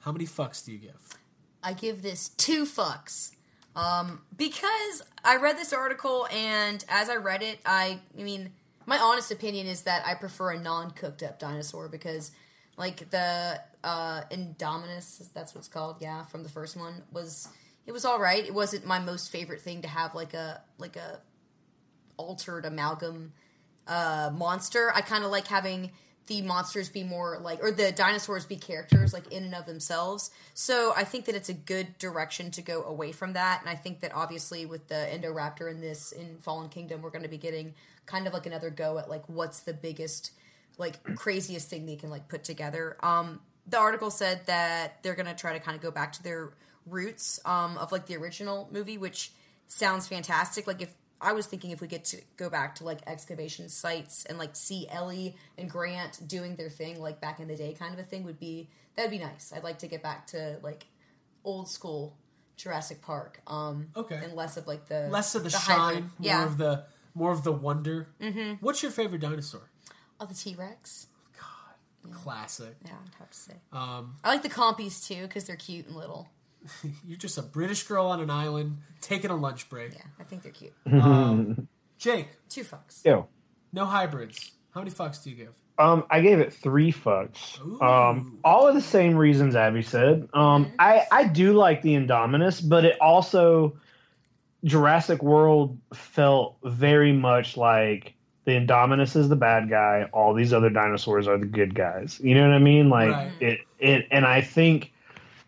how many fucks do you give? I give this two fucks. Um, because I read this article, and as I read it, I, I mean, my honest opinion is that I prefer a non cooked up dinosaur because, like, the uh, Indominus, that's what it's called, yeah, from the first one, was. It was all right. It wasn't my most favorite thing to have like a like a altered amalgam uh, monster. I kind of like having the monsters be more like, or the dinosaurs be characters like in and of themselves. So I think that it's a good direction to go away from that. And I think that obviously with the Endoraptor in this, in Fallen Kingdom, we're going to be getting kind of like another go at like what's the biggest, like craziest thing they can like put together. Um, the article said that they're going to try to kind of go back to their roots um, of like the original movie, which sounds fantastic. Like if I was thinking if we get to go back to like excavation sites and like see Ellie and Grant doing their thing like back in the day kind of a thing would be that'd be nice. I'd like to get back to like old school Jurassic Park. Um Okay. and less of like the Less of the, shine, hybrid- more Yeah. of the more of the wonder. Mm-hmm. What's your favorite dinosaur? oh, the T Rex. Classic. Yeah, I'd have to say. Um, I like the compies too because they're cute and little. you're just a British girl on an island taking a lunch break. Yeah, I think they're cute. Mm-hmm. Um, Jake, Two fucks. Yo. no hybrids. How many fucks do you give? Um, I gave it three fucks. Um, all of the same reasons Abby said. Um, I I do like the Indominus, but it also Jurassic World felt very much like the Indominus is the bad guy. All these other dinosaurs are the good guys. You know what I mean? Like Right. it it, and I think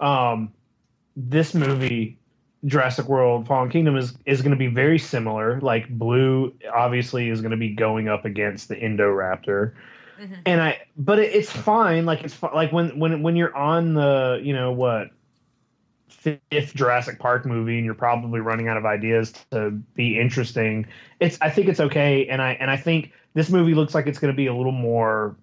um, this movie Jurassic World Fallen Kingdom is is going to be very similar. Like Blue obviously is going to be going up against the Indoraptor. And I but it, it's fine like it's fi- like when when when you're on the, you know, what fifth Jurassic Park movie and you're probably running out of ideas to be interesting. It's I think it's okay and I and I think this movie looks like it's going to be a little more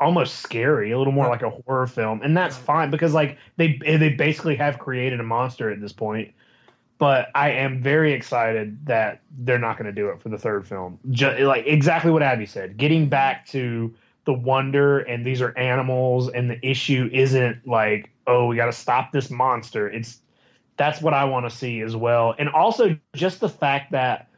almost scary, a little more like a horror film, and that's fine because like they they basically have created a monster at this point. But I am very excited that they're not going to do it for the third film. Just, like exactly what Abby said, getting back to the wonder and these are animals, and the issue isn't like oh we got to stop this monster. It's that's what I want to see as well, and also just the fact that.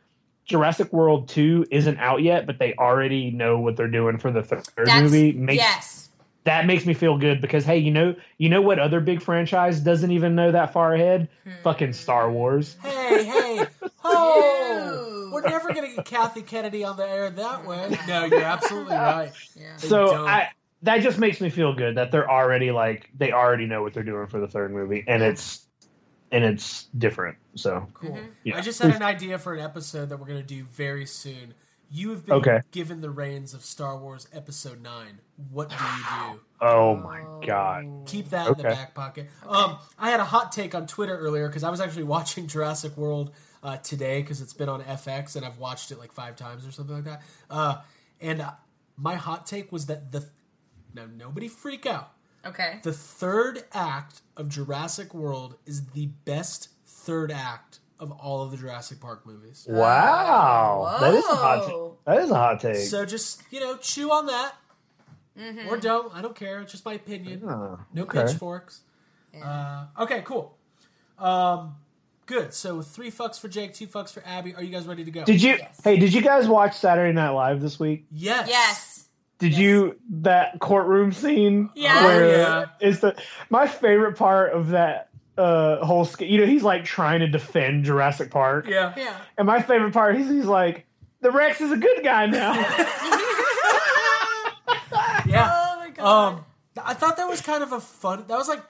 Jurassic World 2 isn't out yet, but they already know what they're doing for the third movie. Makes yes. that makes me feel good because hey, you know, you know what other big franchise doesn't even know that far ahead? Fucking Star Wars. Hey, hey, ho! We're never gonna get Kathy Kennedy on the air that way. No, you're absolutely right. Yeah. They so don't. I that just makes me feel good that they're already like they already know what they're doing for the third movie and it's and it's different. So cool. Mm-hmm. yeah. I just had an idea for an episode that we're gonna do very soon. You have been Okay. given the reins of Star Wars Episode Nine. What do you do? Oh my god. Keep that in the Okay. back pocket. Um, I had a hot take on Twitter earlier because I was actually watching Jurassic World uh, today because it's been on FX and I've watched it like five times or something like that. Uh, and uh, my hot take was that the now nobody freak out. Okay. The third act of Jurassic World is the best third act of all of the Jurassic Park movies. Wow. That is a hot Whoa. take. That is a hot take. So just you know, chew on that or don't. I don't care. It's just my opinion. Yeah, No Uh, okay. pitchforks. Uh, okay, cool. Um, good. So three fucks for Jake, two fucks for Abby. Are you guys ready to go? Did you Yes. hey, did you guys watch Saturday Night Live this week? Yes. Yes. Did you that courtroom scene? Yeah. Where Oh, Yeah. is the my favorite part of that uh whole sk- you know he's like trying to defend Jurassic Park. Yeah. Yeah. And my favorite part he's he's like the Rex is a good guy now. Yeah. Oh my god. Oh Um, I thought that was kind of a fun. That was like,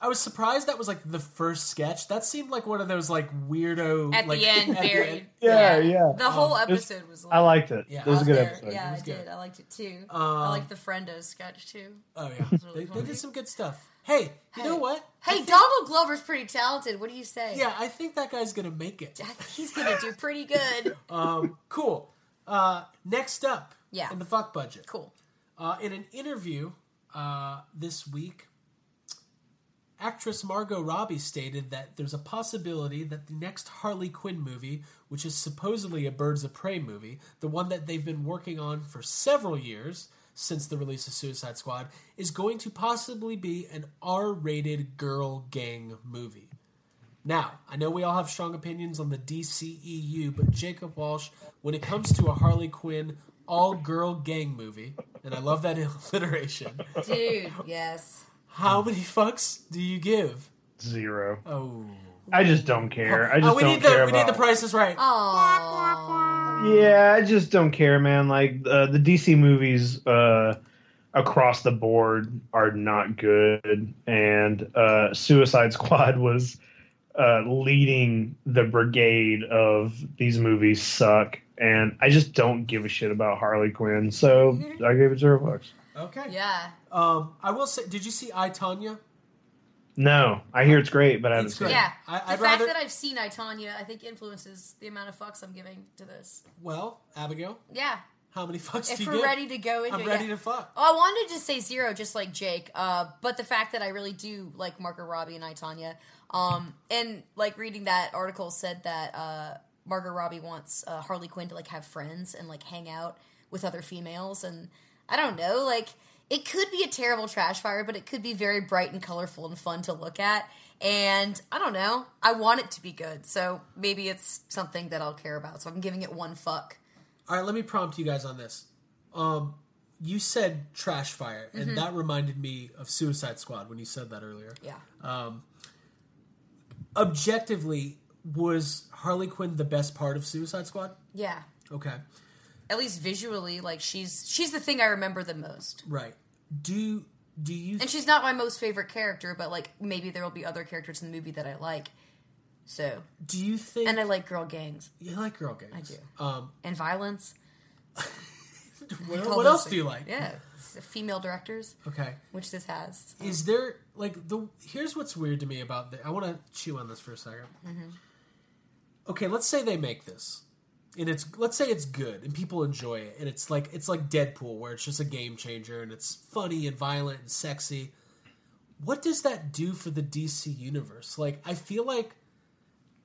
I was surprised that was like the first sketch. That seemed like one of those like weirdo At the like, end, at the very- end. Yeah, yeah. The whole It was- episode was. I liked it. Yeah, it was a out good there. episode. Yeah, I was good. did. I liked it too. I Um, liked the Friendo sketch too. Oh yeah, they, they did some good stuff. Hey, you know what? Hey, Donald Glover's pretty talented. What do you say? Yeah, I think that guy's gonna make it. he's gonna do pretty good. Um, cool. Uh, next up, Yeah. in the fuck budget. Cool. Uh, in an interview uh, this week, actress Margot Robbie stated that there's a possibility that the next Harley Quinn movie, which is supposedly a Birds of Prey movie, the one that they've been working on for several years since the release of Suicide Squad, is going to possibly be an R rated girl gang movie. Now, I know we all have strong opinions on the DCEU, but Jacob Walsh, when it comes to a Harley Quinn all girl gang movie, and I love that alliteration, Dude, yes. how many fucks do you give? Zero. Oh. I just don't care. I just we don't need care the we need the about- prices right. Uh, Yeah, I just don't care, man. Like uh, the DC movies uh, across the board are not good, and uh, Suicide Squad was uh, leading the brigade of these movies suck, and I just don't give a shit about Harley Quinn, so Mm-hmm. I gave it zero bucks. Okay. Yeah. Um, I will say, did you see I Tanya? No, I hear it's great, but I haven't seen it. Yeah. I- the I'd fact rather- that I've seen Itanya, I think influences the amount of fucks I'm giving to this. Well, Abigail, Yeah. how many fucks If do you we're give? ready to go into I'm it, ready yeah. to fuck. Oh, I wanted to just say zero, just like Jake. Uh, but the fact that I really do like Margot Robbie and I Tanya, um, and like reading that article said that uh, Margot Robbie wants uh, Harley Quinn to like have friends and like hang out with other females, and I don't know, like it could be a terrible trash fire, but it could be very bright and colorful and fun to look at. And I don't know, I want it to be good, so maybe it's something that I'll care about. So I'm giving it one fuck. All right, let me prompt you guys on this. Um, you said trash fire, Mm-hmm. and that reminded me of Suicide Squad when you said that earlier. Yeah. Um, objectively, was Harley Quinn the best part of Suicide Squad? Yeah. Okay, at least visually, like she's she's the thing I remember the most. right. Do do you? And she's not my most favorite character, but like maybe there will be other characters in the movie that I like. So do you think? and I like girl gangs you like girl games. I do. Um, and violence. what, All what those else do you things. like? Yeah, it's female directors, Okay. which this has. Is there like the here's what's weird to me about the I want to chew on this for a 2nd Mm-hmm. Okay, let's say they make this, and it's let's say it's good and people enjoy it, and it's like it's like Deadpool where it's just a game changer and it's funny and violent and sexy. What does that do for the DC universe? Like, I feel like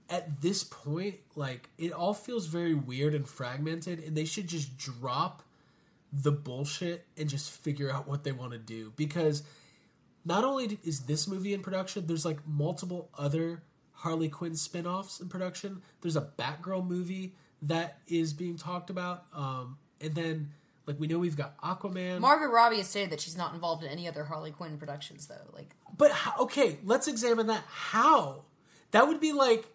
at this point, like it all feels very weird and fragmented, and they should just drop the bullshit and just figure out what they want to do because not only is this movie in production, there's like multiple other Harley Quinn spin-offs in production. There's a Batgirl movie that is being talked about. Um, and then like we know we've got Aquaman. Margot Robbie has stated that she's not involved in any other Harley Quinn productions, though. Like, but how, okay, let's examine that. How? That would be like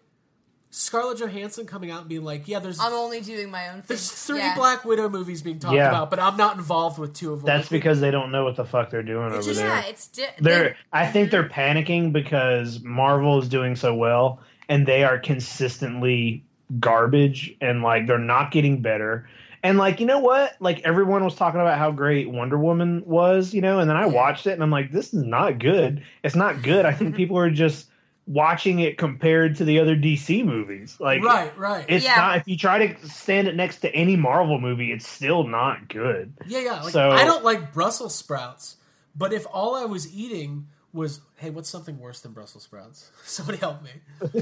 Scarlett Johansson coming out and being like, "Yeah, there's I'm only doing my own. Thing. there's three Yeah. Black Widow movies being talked Yeah. about, but I'm not involved with two of them." That's because they don't know what the fuck they're doing over It's just, there. yeah, it's di- they're I think they're panicking because Marvel is doing so well and they are consistently garbage and like they're not getting better. And like you know what? Like everyone was talking about how great Wonder Woman was, you know, and then I watched it and I'm like this is not good. It's not good. I think people are just watching it compared to the other DC movies. Like right, right. It's Yeah. not if you try to stand it next to any Marvel movie, it's still not good. Yeah, yeah. Like, So- I don't like Brussels sprouts, but if all I was eating was, hey, what's something worse than Brussels sprouts? Somebody help me.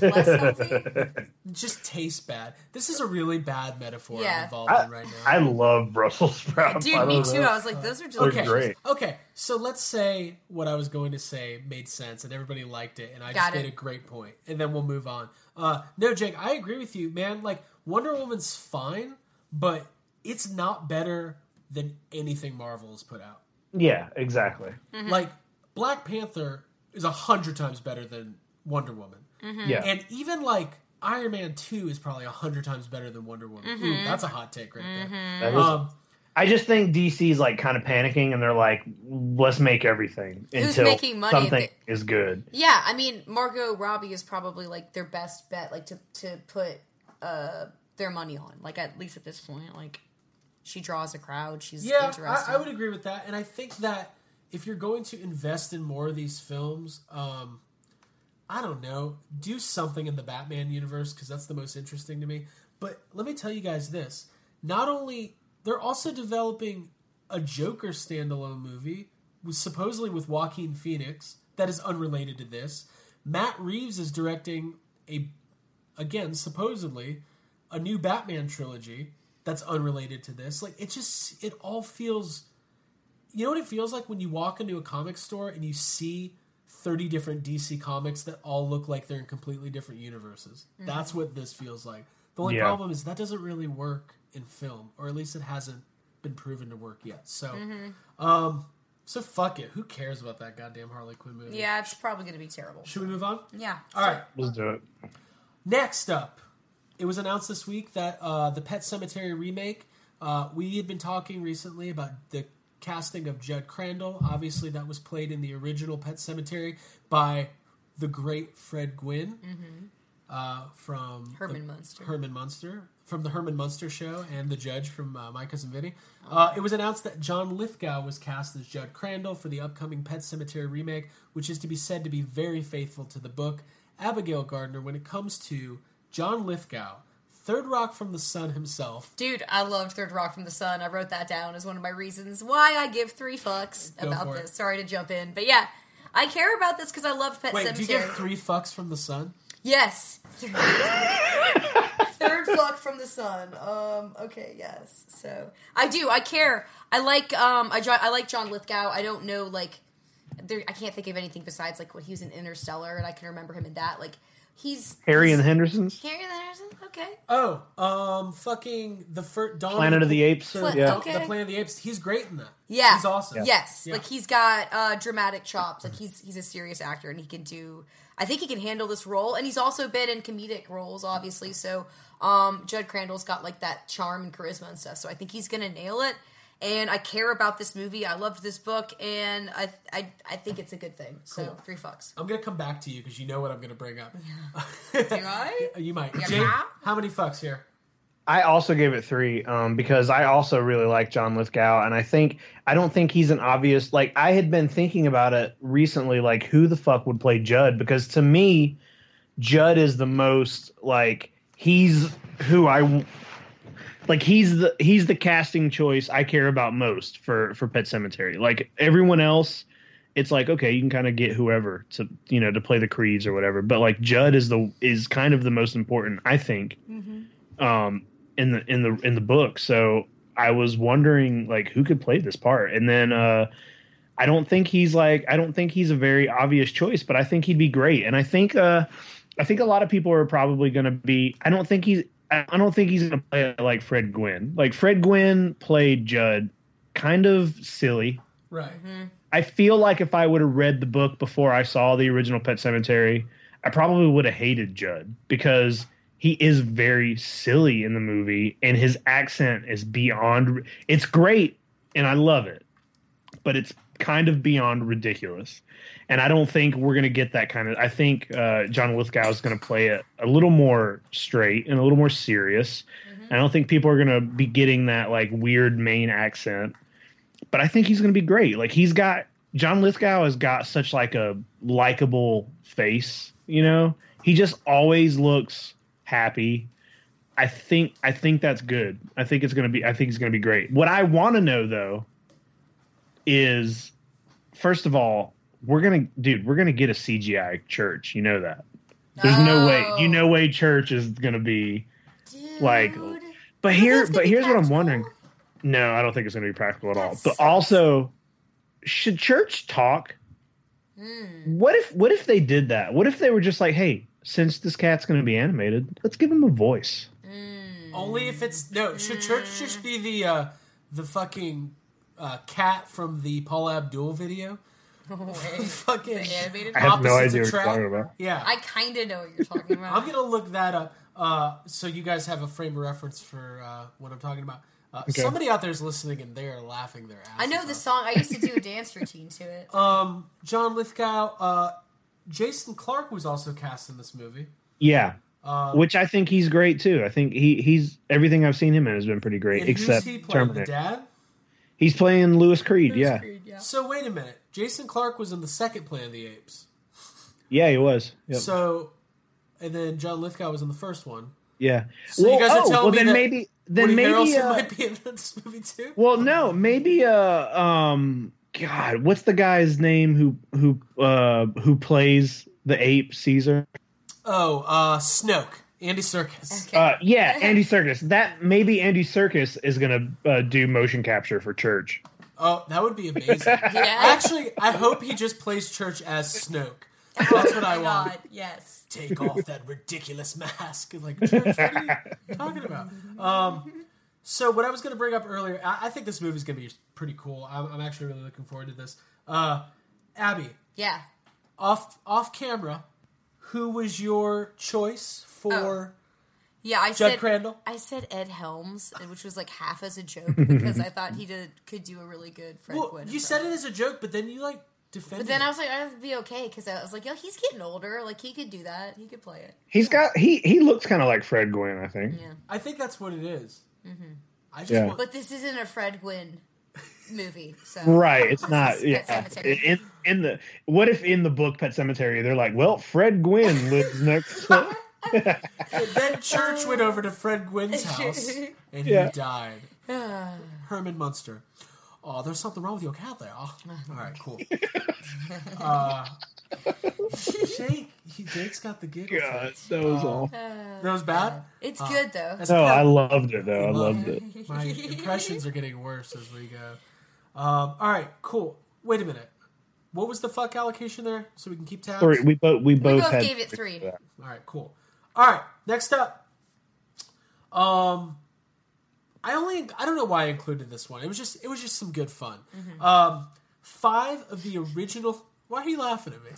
Less something? It just tastes bad. This is a really bad metaphor Yeah. I'm involved I, in right now. I love Brussels sprouts. I Dude, me don't too. know. I was like, those are just They're great. Okay, so let's say what I was going to say made sense and everybody liked it, and I Got just it. made a great point, and then we'll move on. Uh, no, Jake, I agree with you, man. Like Wonder Woman's fine, but it's not better than anything Marvel has put out. Yeah, exactly. Mm-hmm. Like Black Panther is a hundred times better than Wonder Woman, Mm-hmm. Yeah. and even like Mm-hmm. Iron Man Two is probably a hundred times better than Wonder Woman. Ooh, that's a hot take right there. That is- Um, I just think DC's like kind of panicking, and they're like, "Let's make everything Who's until making money? something They- is good." Yeah, I mean, Margot Robbie is probably like their best bet, like to to put uh their money on. Like at least at this point, like she draws a crowd. She's yeah, interesting. I, I would agree with that, and I think that if you're going to invest in more of these films, um, I don't know, do something in the Batman universe because that's the most interesting to me. But let me tell you guys this: not only they're also developing a Joker standalone movie, with, supposedly with Joaquin Phoenix, that is unrelated to this. Matt Reeves is directing a, again supposedly, a new Batman trilogy that's unrelated to this. Like it just it all feels you know what it feels like when you walk into a comic store and you see 30 different DC comics that all look like they're in completely different universes. Mhm. That's what this feels like. The only Yeah. problem is that doesn't really work in film or at least it hasn't been proven to work yet. So Mhm. um so fuck it. Who cares about that goddamn Harley Quinn movie? yeah, it's probably going to be terrible. Should we move on? Yeah. All right. Let's do it. Next up, it was announced this week that uh, the Pet Cemetery remake. Uh, we had been talking recently about the casting of Judd Crandall. Obviously, that was played in the original Pet Cemetery by the great Fred Gwynn Mm-hmm. uh, from Herman the- Munster. Herman Munster from the Herman Munster show and the judge from uh, My Cousin Vinny. Uh, it was announced that John Lithgow was cast as Judd Crandall for the upcoming Pet Cemetery remake, which is to be said to be very faithful to the book. Abigail Gardner, when it comes to John Lithgow, Third Rock from the Sun himself, Dude, I loved Third Rock from the Sun. I wrote that down as one of my reasons why I give three fucks Go about for it. this. Sorry to jump in, but yeah, I care about this because I love Pet Wait, Cemetery. do you give three fucks from the sun? Yes. Third fuck from the sun. Um, okay, yes. So I do. I care. I like. Um, I jo- I like John Lithgow. I don't know. Like, there. I can't think of anything besides like when he was in Interstellar, and I can remember him in that. Like, he's Harry he's- and the Hendersons, Harry and the Hendersons. Okay. Oh, um, fucking the first Dawn Planet of the Apes. Pla- yeah, okay. the Planet of the Apes. He's great in that. Yeah, he's awesome. Yes, Yeah. like he's got uh, dramatic chops. Like he's he's a serious actor, and he can do. I think he can handle this role, and he's also been in comedic roles, obviously. So um, Judd Crandall's got like that charm and charisma and stuff. So I think he's gonna nail it. And I care about this movie. I loved this book, and I I, I think it's a good thing. So Cool. three fucks. I'm gonna come back to you because you know what I'm gonna bring up. Do I? You might. Yeah. Jake, how many fucks here? I also gave it three um, because I also really like John Lithgow, and I think I don't think he's an obvious. Like I had been thinking about it recently, like who the fuck would play Judd? Because to me, Judd is the most like he's who I w- like he's the he's the casting choice I care about most for for Pet Cemetery. Like everyone else, it's like okay, you can kind of get whoever to you know to play the Creeds or whatever, but like Judd is the is kind of the most important I think um, in the in the in the book. So I was wondering like who could play this part, and then uh, I don't think he's like I don't think he's a very obvious choice, but I think he'd be great, and I think uh, I think a lot of people are probably going to be. I don't think he's I I don't think he's going to play like Fred Gwynn. Like Fred Gwynn played Judd, kind of silly. Right. Mm-hmm. I feel like if I would have read the book before I saw the original Pet Cemetery, I probably would have hated Judd because he is very silly in the movie and his accent is beyond it's great and I love it, but it's kind of beyond ridiculous. And I don't think we're going to get that kind of I think uh, John Lithgow is going to play it a little more straight and a little more serious. I don't think people are going to be getting that like weird main accent but I think he's going to be great. Like he's got John Lithgow has got such like a likable face, you know. He just always looks happy. I think I think that's good. I think it's going to be I think it's going to be great. What I want to know though is first of all, we're going to dude, we're going to get a CGI church, you know that. There's no way. You know way church is going to be like but here but here's what I'm wondering. No, I don't think it's going to be practical at all. But also, should church talk? Hmm. What if what if they did that? What if they were just like, hey, since this cat's going to be animated, let's give him a voice. Only if it's no. Should church just be the uh, the fucking uh, cat from the Paul Abdul video? fucking animated. I have no Opposites idea what you're attract. talking about. Yeah, I kind of know what you're talking about. I'm gonna look that up. Uh, so you guys have a frame of reference for uh, what I'm talking about. Uh, okay. Somebody out there's listening and they're laughing their ass. I know the song. I used to do a dance routine to it. Um, John Lithgow, uh, Jason Clark was also cast in this movie. Yeah. Uh, Um, Which I think he's great too. I think he he's everything I've seen him in has been pretty great. and who's Except he playing? The Terminator. dad? He's playing Lewis Creed. Lewis yeah, Creed, yeah. So wait a minute. Jason Clark was in the second Planet of the Apes. yeah, he was. Yep. So, and then John Lithgow was in the first one. yeah. So you guys are telling well, me then that maybe then Woody maybe Harrelson uh, might be in this movie too. well no maybe uh um God what's the guy's name who who uh who plays the ape Caesar Oh, uh, Snoke, Andy Serkis. uh yeah Andy Circus that maybe Andy Circus is gonna uh, do motion capture for Church Oh, that would be amazing. Actually, I hope he just plays Church as Snoke. Oh That's what I want. Oh God, yes. Take off that ridiculous mask. Like, Church, what are you talking about? Um, so, what I was going to bring up earlier, I, I think this movie's going to be pretty cool. I'm, I'm actually really looking forward to this. Uh, Abby, Yeah. off off camera, who was your choice for Yeah, I Judd Oh, said Crandall? I said Ed Helms, which was like half as a joke because I thought he did could do a really good Fred Well, Gwynn you said it as a joke, but then you like defended. But then it. I was like, I'd be okay because I was like, yo, he's getting older. Like he could do that. He could play it. he's got he he looks kind of like Fred Gwynn I think Yeah. I think that's what it is. Mm-hmm. I just Yeah. want, But this isn't a Fred Gwynn movie, so Right, it's This not. is Pet Yeah, Sematary. in in the what if in the book Pet Cemetery they're like, well, Fred Gwynn lives next. to-" then Church went over to Fred Gwynn's house and Yeah. he died. Herman Munster. Oh, there's something wrong with your cat there. Oh, all right, cool. Uh, Jake, he, Jake's got the giggle. God, that was awful. That was bad. It's good though. Uh, That's No, bad. I loved it though. I loved it. My impressions are getting worse as we go. Um, all right, cool. Wait a minute. What was the fuck allocation there? So we can keep tabs. Three. We both we both, both had gave it three. for that. All right, cool. All right, next up. Um, I only I don't know why I included this one. It was just it was just some good fun. Um, five of the original. Why are you laughing at me?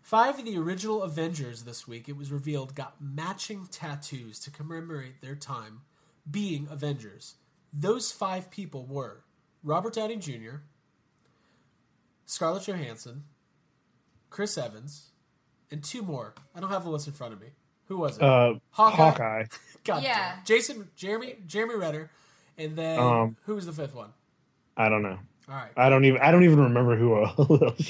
Five of the original Avengers this week it was revealed got matching tattoos to commemorate their time being Avengers. Those five people were Robert Downey Jr., Scarlett Johansson, Chris Evans, and two more. I don't have the list in front of me. Who was it? Uh, Hawkeye? Hawkeye. God Yeah. damn. Jason, Jeremy, Jeremy Renner, and then Um, who was the fifth one? I don't know. All right, I don't even. I don't even remember who else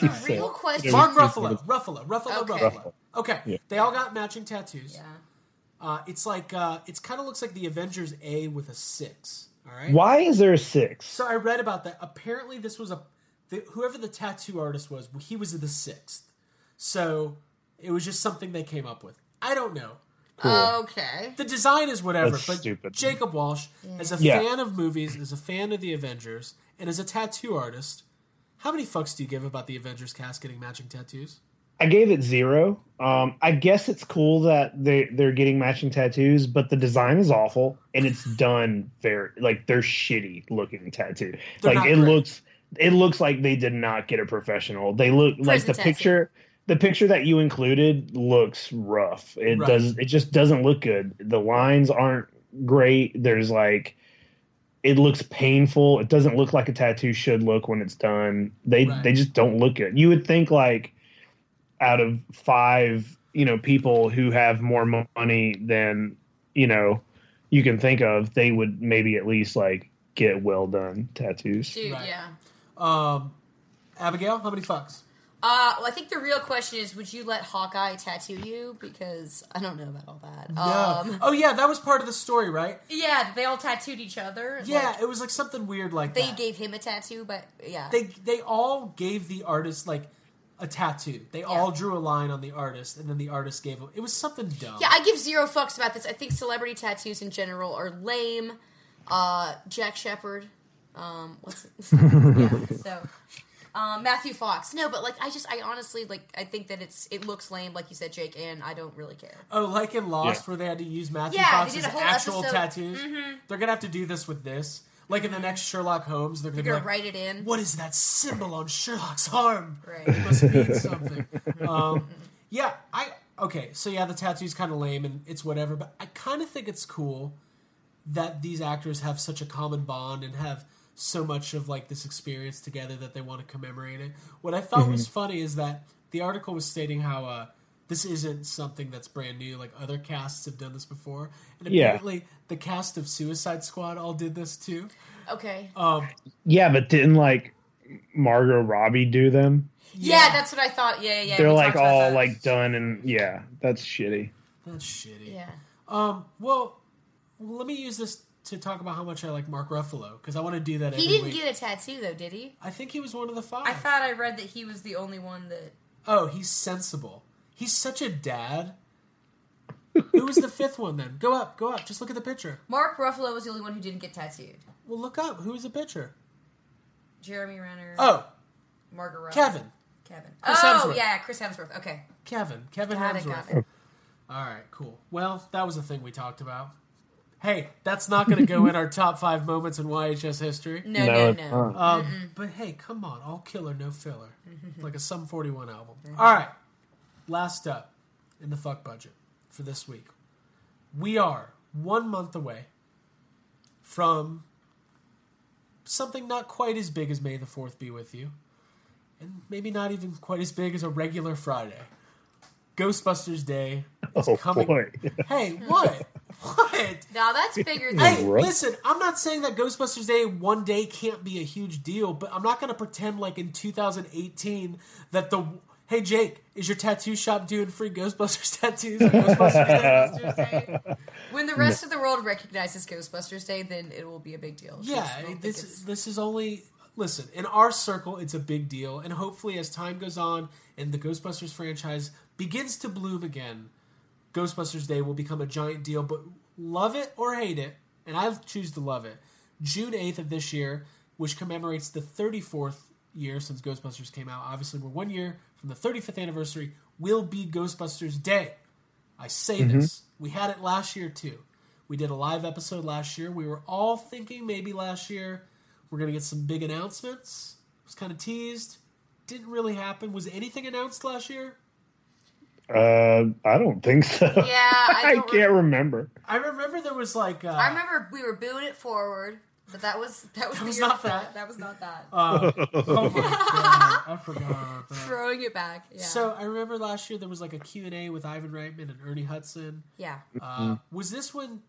you The said. real question. Mark Ruffalo, Ruffalo, Ruffalo, Okay. Ruffalo. Okay, Yeah. they all got matching tattoos. Yeah. Uh, it's like uh, it's kind of looks like the Avengers A with a six. All right. Why is there a six? So I read about that. Apparently, this was a the, whoever the tattoo artist was. He was the sixth. So it was just something they came up with. I don't know. Cool. uh, Okay. The design is whatever, That's but stupid. Jacob Walsh, as a Yeah. fan of movies, as a fan of the Avengers, and as a tattoo artist, how many fucks do you give about the Avengers cast getting matching tattoos? I gave it zero. Um, I guess it's cool that they they're getting matching tattoos, but the design is awful and it's done very like they're shitty looking tattoo. They're like not it great. looks it looks like they did not get a professional. They look like Prison the tattoo. picture the picture that you included looks rough. It Right. does it just doesn't look good. The lines aren't great. There's like it looks painful. It doesn't look like a tattoo should look when it's done. They Right. they just don't look good. You would think like out of five, you know, people who have more mo- money than you know you can think of, they would maybe at least like get well done tattoos. Dude, Right. yeah. Um, Abigail, how many fucks? Uh, well, I think the real question is, would you let Hawkeye tattoo you? Because I don't know about all that. Yeah. Um, oh yeah, that was part of the story, right? yeah, that they all tattooed each other. Yeah, Like, it was like something weird like they that. gave him a tattoo, but yeah, they they all gave the artist like a tattoo. They all drew a line on the artist, and then the artist gave him. It was something dumb. yeah. I give zero fucks about this. I think celebrity tattoos in general are lame. Uh, Jack Shepard. Um, what's yeah, so. Um, Matthew Fox. No, but like I just I honestly like I think that it's it looks lame, like you said, Jake, and I don't really care. Oh, like in Lost, Yeah. where they had to use Matthew Yeah, they Fox's did a whole actual episode- Mm-hmm. tattoos. They're gonna have to do this with this. Like in the next Sherlock Holmes, they're gonna, You're be gonna like, write it in. "What is that symbol on Sherlock's arm? Right. It must mean something." um, yeah, I okay. So yeah, the tattoo's kind of lame and it's whatever, but I kind of think it's cool. that these actors have such a common bond and have so much of like this experience together that they want to commemorate it. What I thought Mhm. was funny is that the article was stating how uh, this isn't something that's brand new. Like other casts have done this before, and Yeah. apparently the cast of Suicide Squad all did this too. Okay. Um, Yeah, but didn't like Margot Robbie do them? Yeah, that's what I thought. Yeah, yeah. yeah. They're We like talked about all that. like done and yeah, that's shitty. That's shitty. Yeah. Um. Well, let me use this to talk about how much I like Mark Ruffalo because I want to do that. He every didn't week. get a tattoo though, did he? I think he was one of the five. I thought I read that he was the only one that. Oh, he's sensible. He's such a dad. Who was the fifth one then? Go up, go up. Just look at the picture. Mark Ruffalo was the only one who didn't get tattooed. Well, look up. Who was the picture? Jeremy Renner. Oh, Margaret. Robbie. Kevin. Kevin. Chris oh Hemsworth. yeah, Chris Hemsworth. Okay. Kevin. Kevin Got it, Hemsworth. got it. All right, cool. Well, that was a thing we talked about. Hey, that's not going to go in our top five moments in YHS history. No, No, no, it's no. not. Um, but hey, come on, all killer, no filler, like a Sum Forty One album. All right, last up in the fuck budget for this week, we are one month away from something not quite as big as May the Fourth be with you, and maybe not even quite as big as a regular Friday. Ghostbusters Day is Oh, coming. boy. Hey, what? what? No, that's bigger than. Hey, listen, I'm not saying that Ghostbusters Day one day can't be a huge deal, but I'm not going to pretend like in 2018 that the. Hey, Jake, is your tattoo shop doing free Ghostbusters tattoos on Ghostbusters Day? When the rest of the world recognizes Ghostbusters Day, then it will be a big deal. Just Yeah, don't think this this is only listen in our circle. It's a big deal, and hopefully, as time goes on and the Ghostbusters franchise begins to bloom again, Ghostbusters Day will become a giant deal. But love it or hate it, and I choose to love it. June eighth of this year, which commemorates the thirty fourth year since Ghostbusters came out. Obviously, we're one year from the thirty fifth anniversary. Will be Ghostbusters Day. I say Mhm. this. We had it last year too. We did a live episode last year. We were all thinking maybe last year we're going to get some big announcements. It was kind of teased. Didn't really happen. Was anything announced last year? Uh, I don't think so. Yeah, I I, don't re- can't remember. I remember there was like. Uh, I remember we were booing it forward, but that was that was, That was the year not before. that. That was not that. Uh, oh my god! I forgot about that. Throwing it back. Yeah. So I remember last year there was like a Q&A with Ivan Reitman and Ernie Hudson. yeah. Uh, was this when?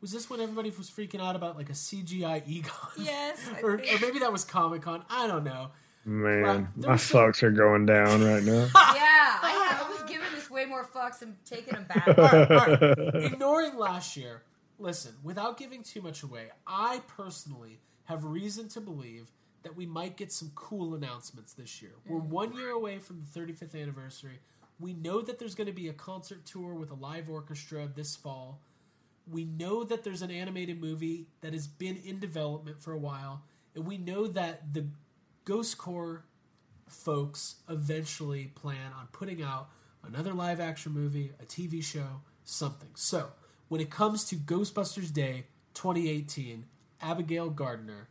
Was this when everybody was freaking out about like a CGI Egon? Yes, I or, think- or maybe that was Comic Con. I don't know. Man, there my was some- socks are going down right now. yeah, I, had, I was giving this way more fucks and taking them back. Ignoring last year, listen, without giving too much away, I personally have reason to believe that we might get some cool announcements this year. We're one year away from the 35th anniversary. We know that there's going to be a concert tour with a live orchestra this fall. We know that there's an animated movie that has been in development for a while. And we know that the Ghost Core folks eventually plan on putting out another live action movie, a TV show, something. So, when it comes to Ghostbusters Day 2018, Abigail Gardner,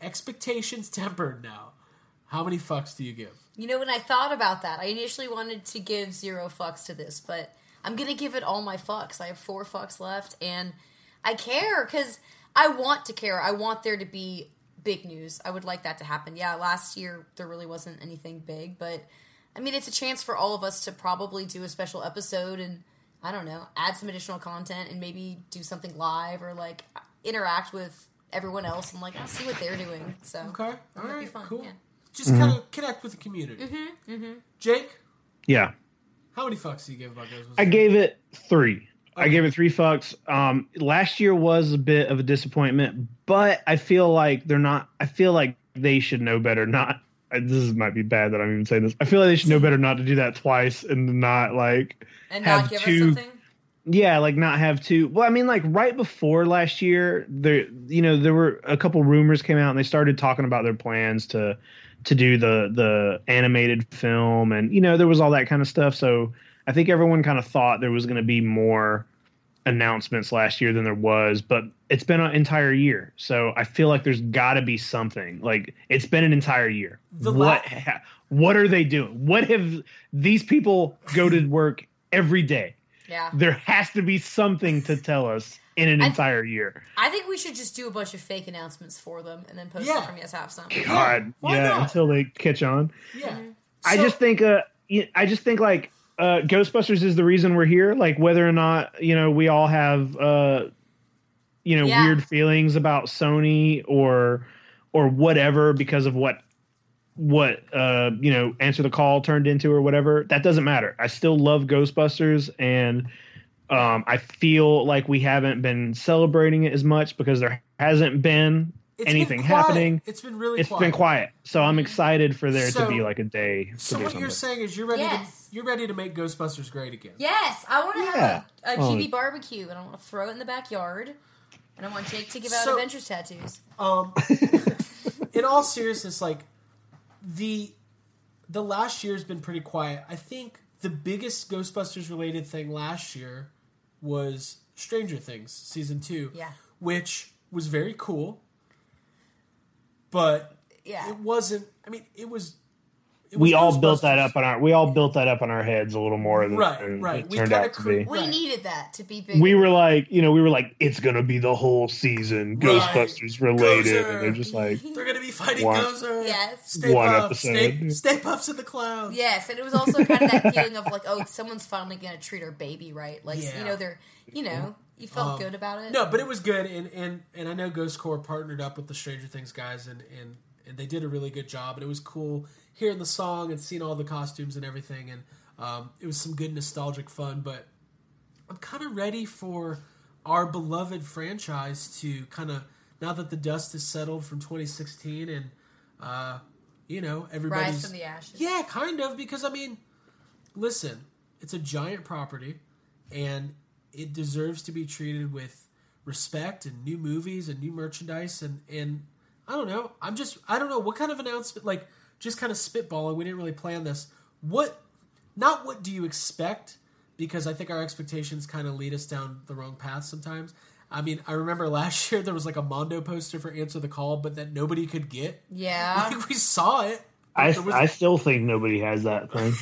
expectations tempered now. How many fucks do you give? You know, when I thought about that, I initially wanted to give zero fucks to this, but I'm going to give it all my fucks. I have four fucks left, and I care because I want to care. I want there to be big news. I would like that to happen. Yeah, last year there really wasn't anything big, but I mean, it's a chance for all of us to probably do a special episode and, I don't know, add some additional content and maybe do something live or like interact with everyone else and like I'll see what they're doing. So, Okay. All that'd be right. fun, Cool. yeah. Just Mhm. kind of connect with the community. Mm-hmm, mm-hmm. Jake, Yeah, how many fucks do you give about Ghostbusters? I gave it three. I gave it three fucks. Um, last year was a bit of a disappointment, but I feel like they're not. I feel like they should know better. Not uh, this might be bad that I'm even saying this. I feel like they should know better not to do that twice and to not like And have not give two us something? yeah like not have two well i mean like right before last year there you know there were a couple rumors came out and they started talking about their plans to to do the the animated film and you know there was all that kind of stuff so i think everyone kind of thought there was going to be more announcements last year than there was but it's been an entire year so i feel like there's got to be something like it's been an entire year The la- what ha- what are they doing what have these people go to work every day Yeah. there has to be something to tell us in an I- entire year. I think we should just do a bunch of fake announcements for them and then post Yeah. it from Yes Have Some. God, yeah, until they catch on. Yeah. Mm-hmm. I just think, uh, y- I just think like uh, Ghostbusters is the reason we're here. Like whether or not you know we all have uh, you know Yeah. weird feelings about Sony or or whatever because of what what uh you know answer the call turned into or whatever that doesn't matter i still love ghostbusters and um i feel like we haven't been celebrating it as much because there hasn't been It's been anything quiet. happening It's been really It's quiet. been quiet so i'm excited for there So- to be like a day to So do what something you're saying is you're ready Yes. to you're ready to make Ghostbusters great again. Yes, I want to Yeah. have a, a Oh. chibi barbecue, and I want to throw it in the backyard, and I want Jake to give out So- Avengers tattoos. Um, in all seriousness, like the the last year's been pretty quiet. I think the biggest Ghostbusters related thing last year was Stranger Things season two, Yeah. which was very cool, but Yeah. it wasn't. I mean, it was. it we was all built that Ghostbusters. up on our we all built that up on our heads a little more than, Right, than right. it We turned kinda out to cre- be We Right. needed that to be big. we were like, you know, we were like, it's gonna be the whole season Right. Ghostbusters related, Gozer. and they're just like, They're gonna be fighting One- Gozer. Yes. Stay One Puft, Stay, episode. Stay Puffs in the clouds. Yes, and it was also kind of that feeling of like, oh, someone's finally gonna treat our baby right. Like, Yeah. you know, they're, you know, you felt Um, good about it. No, but it was good, and and and I know Ghost Core partnered up with the Stranger Things guys, and and and they did a really good job, and it was cool hearing the song and seeing all the costumes and everything, and um, it was some good nostalgic fun. But I'm kind of ready for our beloved franchise to kind of now that the dust has settled from 2016, and uh, you know everybody's rise from the ashes. yeah, kind of, because I mean, listen, it's a giant property and it deserves to be treated with respect and new movies and new merchandise and and I don't know. I'm just I don't know what kind of announcement like just kind of spitballing. We didn't really plan this. What not what do you expect because I think our expectations kind of lead us down the wrong path sometimes. I mean, I remember last year there was like a Mondo poster for Answer the Call, but that nobody could get. Yeah, Like we saw it. I, There was- I still think nobody has that thing.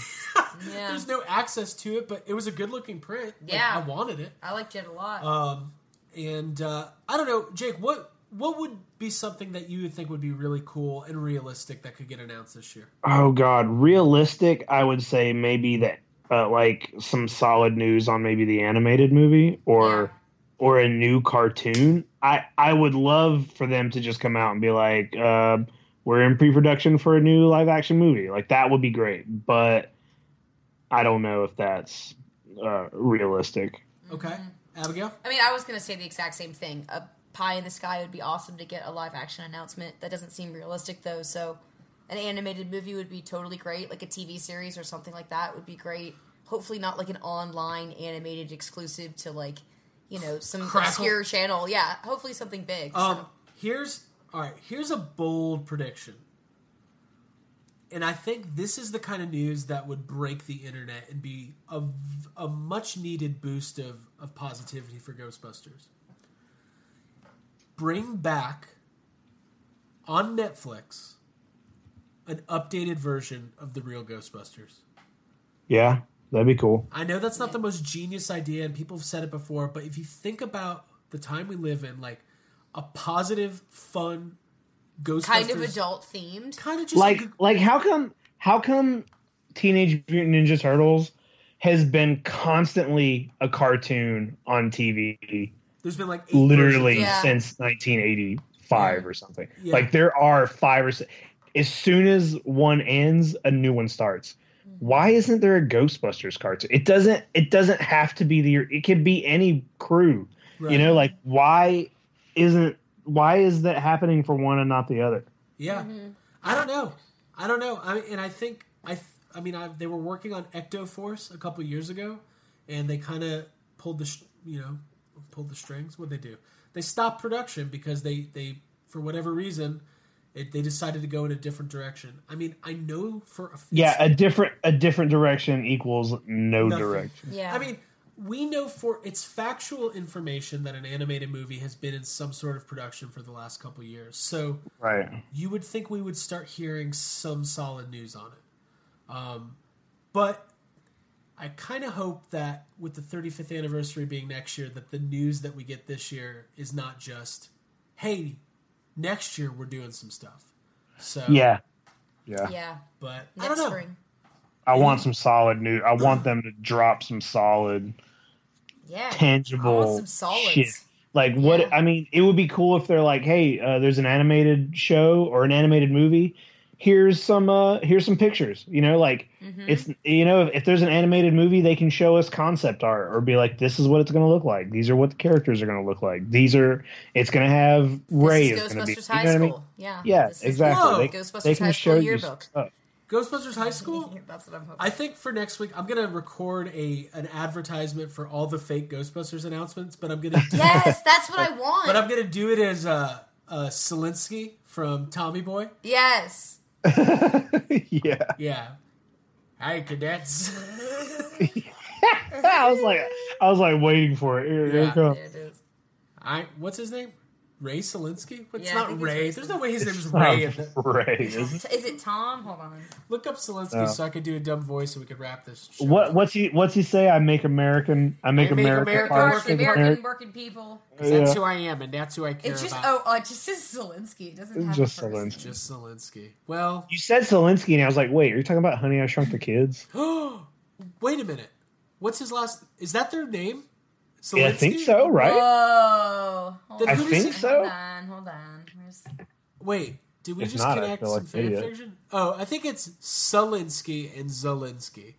yeah. there's no access to it, but it was a good looking print. Like, Yeah. I wanted it. I liked it a lot. Um, and uh, I don't know, Jake. What what would be something that you would think would be really cool and realistic that could get announced this year? oh god, realistic, I would say maybe that, uh, like some solid news on maybe the animated movie or or a new cartoon. I I would love for them to just come out and be like, uh, we're in pre-production for a new live action movie. Like that would be great, but I don't know if that's uh, realistic. Okay, Mm-hmm. Abigail. I mean, I was gonna say the exact same thing. A pie in the sky would be awesome to get a live action announcement. That doesn't seem realistic though. So, an animated movie would be totally great. Like a TV series or something like that would be great. Hopefully, not like an online animated exclusive to like, you know, some Crackle. obscure channel. Yeah, hopefully something big. So- Um, here's all right. Here's a bold prediction, and I think this is the kind of news that would break the internet and be a, v- a much needed boost of of positivity for Ghostbusters. Bring back on Netflix an updated version of the real Ghostbusters. Yeah, that'd be cool. I know that's not the most genius idea, and people have said it before, but if you think about the time we live in, like a positive, fun Ghostbusters, kind of adult themed. kind of just like like like how come how come Teenage Mutant Ninja Turtles has been constantly a cartoon on TV there's been like eight literally Yeah. since 1985 or something. Yeah. Like there are five or six. As soon as one ends, a new one starts. Mm-hmm. Why isn't there a Ghostbusters cartoon? It doesn't. It doesn't have to be the. It could be any crew. versions. You Right. know, like why isn't why is that happening for one and not the other? yeah. Mm-hmm. I don't know, I don't know. I mean, and I think I, th- I mean, I, they were working on Ecto Force a couple years ago, and they kind of pulled the, sh- you know, pulled the strings. What would they do? They stopped production because they they for whatever reason. It, they decided to go in a different direction. I mean, I know for a fact Yeah, a different a different direction equals no Nothing. direction. Yeah, I mean, we know for it's factual information that an animated movie has been in some sort of production for the last couple years. So Right. you would think we would start hearing some solid news on it. Um, but I kind of hope that with the 35th anniversary being next year, that the news that we get this year is not just, hey, next year we're doing some stuff. So Yeah. Yeah. Yeah. But I Next don't know. spring. I want some solid news. I want them to drop some solid, Yeah. I tangible want some solids. shit. Like what? Yeah. I mean, it would be cool if they're like, "Hey, uh, there's an animated show or an animated movie. Here's some. Uh, here's some pictures. You know, like Mhm. it's you know, if, if there's an animated movie, they can show us concept art or be like, "This is what it's going to look like. These are what the characters are going to look like. These are. It's going to have Ray. This is is going to be. Ghostbusters you High know what I School. mean? Yeah. Yeah, This is- exactly. Whoa. They, Ghostbusters they can High School show you yearbook. stuff. Ghostbusters High School. That's what I'm hoping. I think for next week, I'm gonna record a an advertisement for all the fake Ghostbusters announcements, but I'm gonna do, yes, that's what I want. but I'm gonna do it as uh, uh, Selinsky from Tommy Boy. yes. yeah. Yeah. Hi, cadets. I was like, I was like waiting for it. Here, here it Yeah. comes. There it is. I what's his name? Ray Selinsky? It's Yeah, I not think it's Ray. Ray There's no way his name is Um, Ray. in the- Ray, isn't T- Is it Tom? Hold on. Look up Selinsky Oh. so I could do a dumb voice and we could wrap this. it? Show What up. what's he what's he say? I make American I make I make America America art work American, in again. American America. working people. 'Cause That's Yeah. who I am, and that's who I care It's just about. oh, oh, it just says Zelensky. It doesn't It's have just a first name. Zelensky. Just Selinsky. Well, You said Zelensky, and I was like, wait, are you talking about Honey I Shrunk the Kids? wait a minute. What's his last? Is that their name? Yeah, I think so, right? Whoa. Hold Then on. who I does think it- so. Hold on. Hold on. Where's- Wait, did we If just not, I connect feel like uh, some an fan idiot. fiction? Oh, I think it's Selinsky and Zelinsky.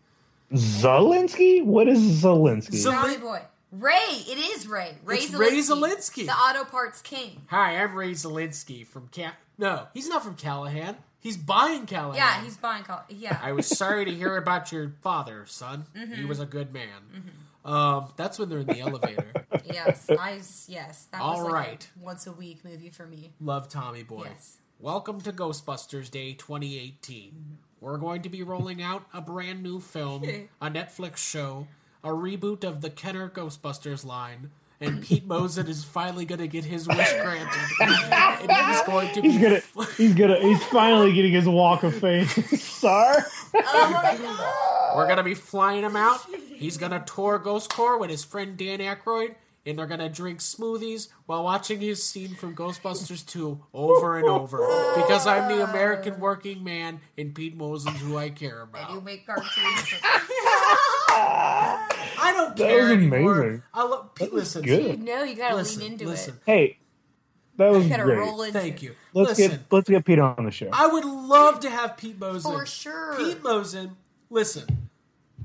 Zelensky? What is Zelensky? Zel- Tommy Boy. Ray. It is Ray. Ray It's Zelensky. Ray Zelensky. The auto parts king. Hi, I'm Ray Zelinsky from Cal. No, he's not from Callahan. He's buying Callahan. Yeah, he's buying. Call- yeah. Oh. I was sorry to hear about your father, son. Mm-hmm. He was a good man. Um, that's when they're in the elevator. yes. I. Yes. That was All like right. a once a week movie for me. Love Tommy Boy. Yes. Welcome to Ghostbusters Day 2018. We're going to be rolling out a brand new film, a Netflix show, a reboot of the Kenner Ghostbusters line, and Pete Mosen is finally going to get his wish granted. and he's going to he's be gonna he's gonna he's finally getting his walk of fame. Sorry. Oh my god. We're gonna be flying him out. He's gonna tour Ghost Core with his friend Dan Aykroyd, and they're gonna drink smoothies while watching his scene from Ghostbusters 2 over and over. Because I'm the American working man, and Pete Mosen's who I care You about. make cartoons. I don't That care was anymore. amazing. I love Pete. Listen, good. no, you gotta listen, lean into listen. Hey, that it. was You gotta great. roll into Thank it. you. Let's listen, get let's get Pete on the show. I would love to have Pete Mosen. For sure. Pete Mosen. Listen,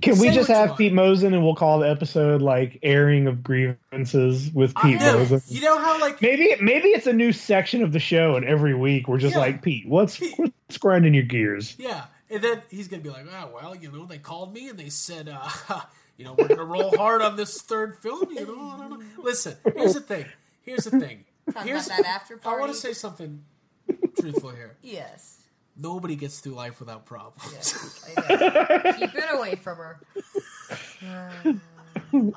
Can Say we just what you have want. Pete Mosen and we'll call the episode like airing of grievances with I Pete know. Mosen? You know how like Maybe maybe it's a new section of the show, and every week we're just Yeah. like Pete, what's Pete. what's grinding your gears? Yeah, and then he's gonna be like, "Oh well, you know, they called me and they said, uh, you know, we're gonna roll hard on this third film." You know, I don't know. Listen, here's the thing. Here's the thing. Talk Here's about that after I want party. to say something truthful here. Yes. Nobody gets through life without problems. Yes. I know. Keep it away from her. we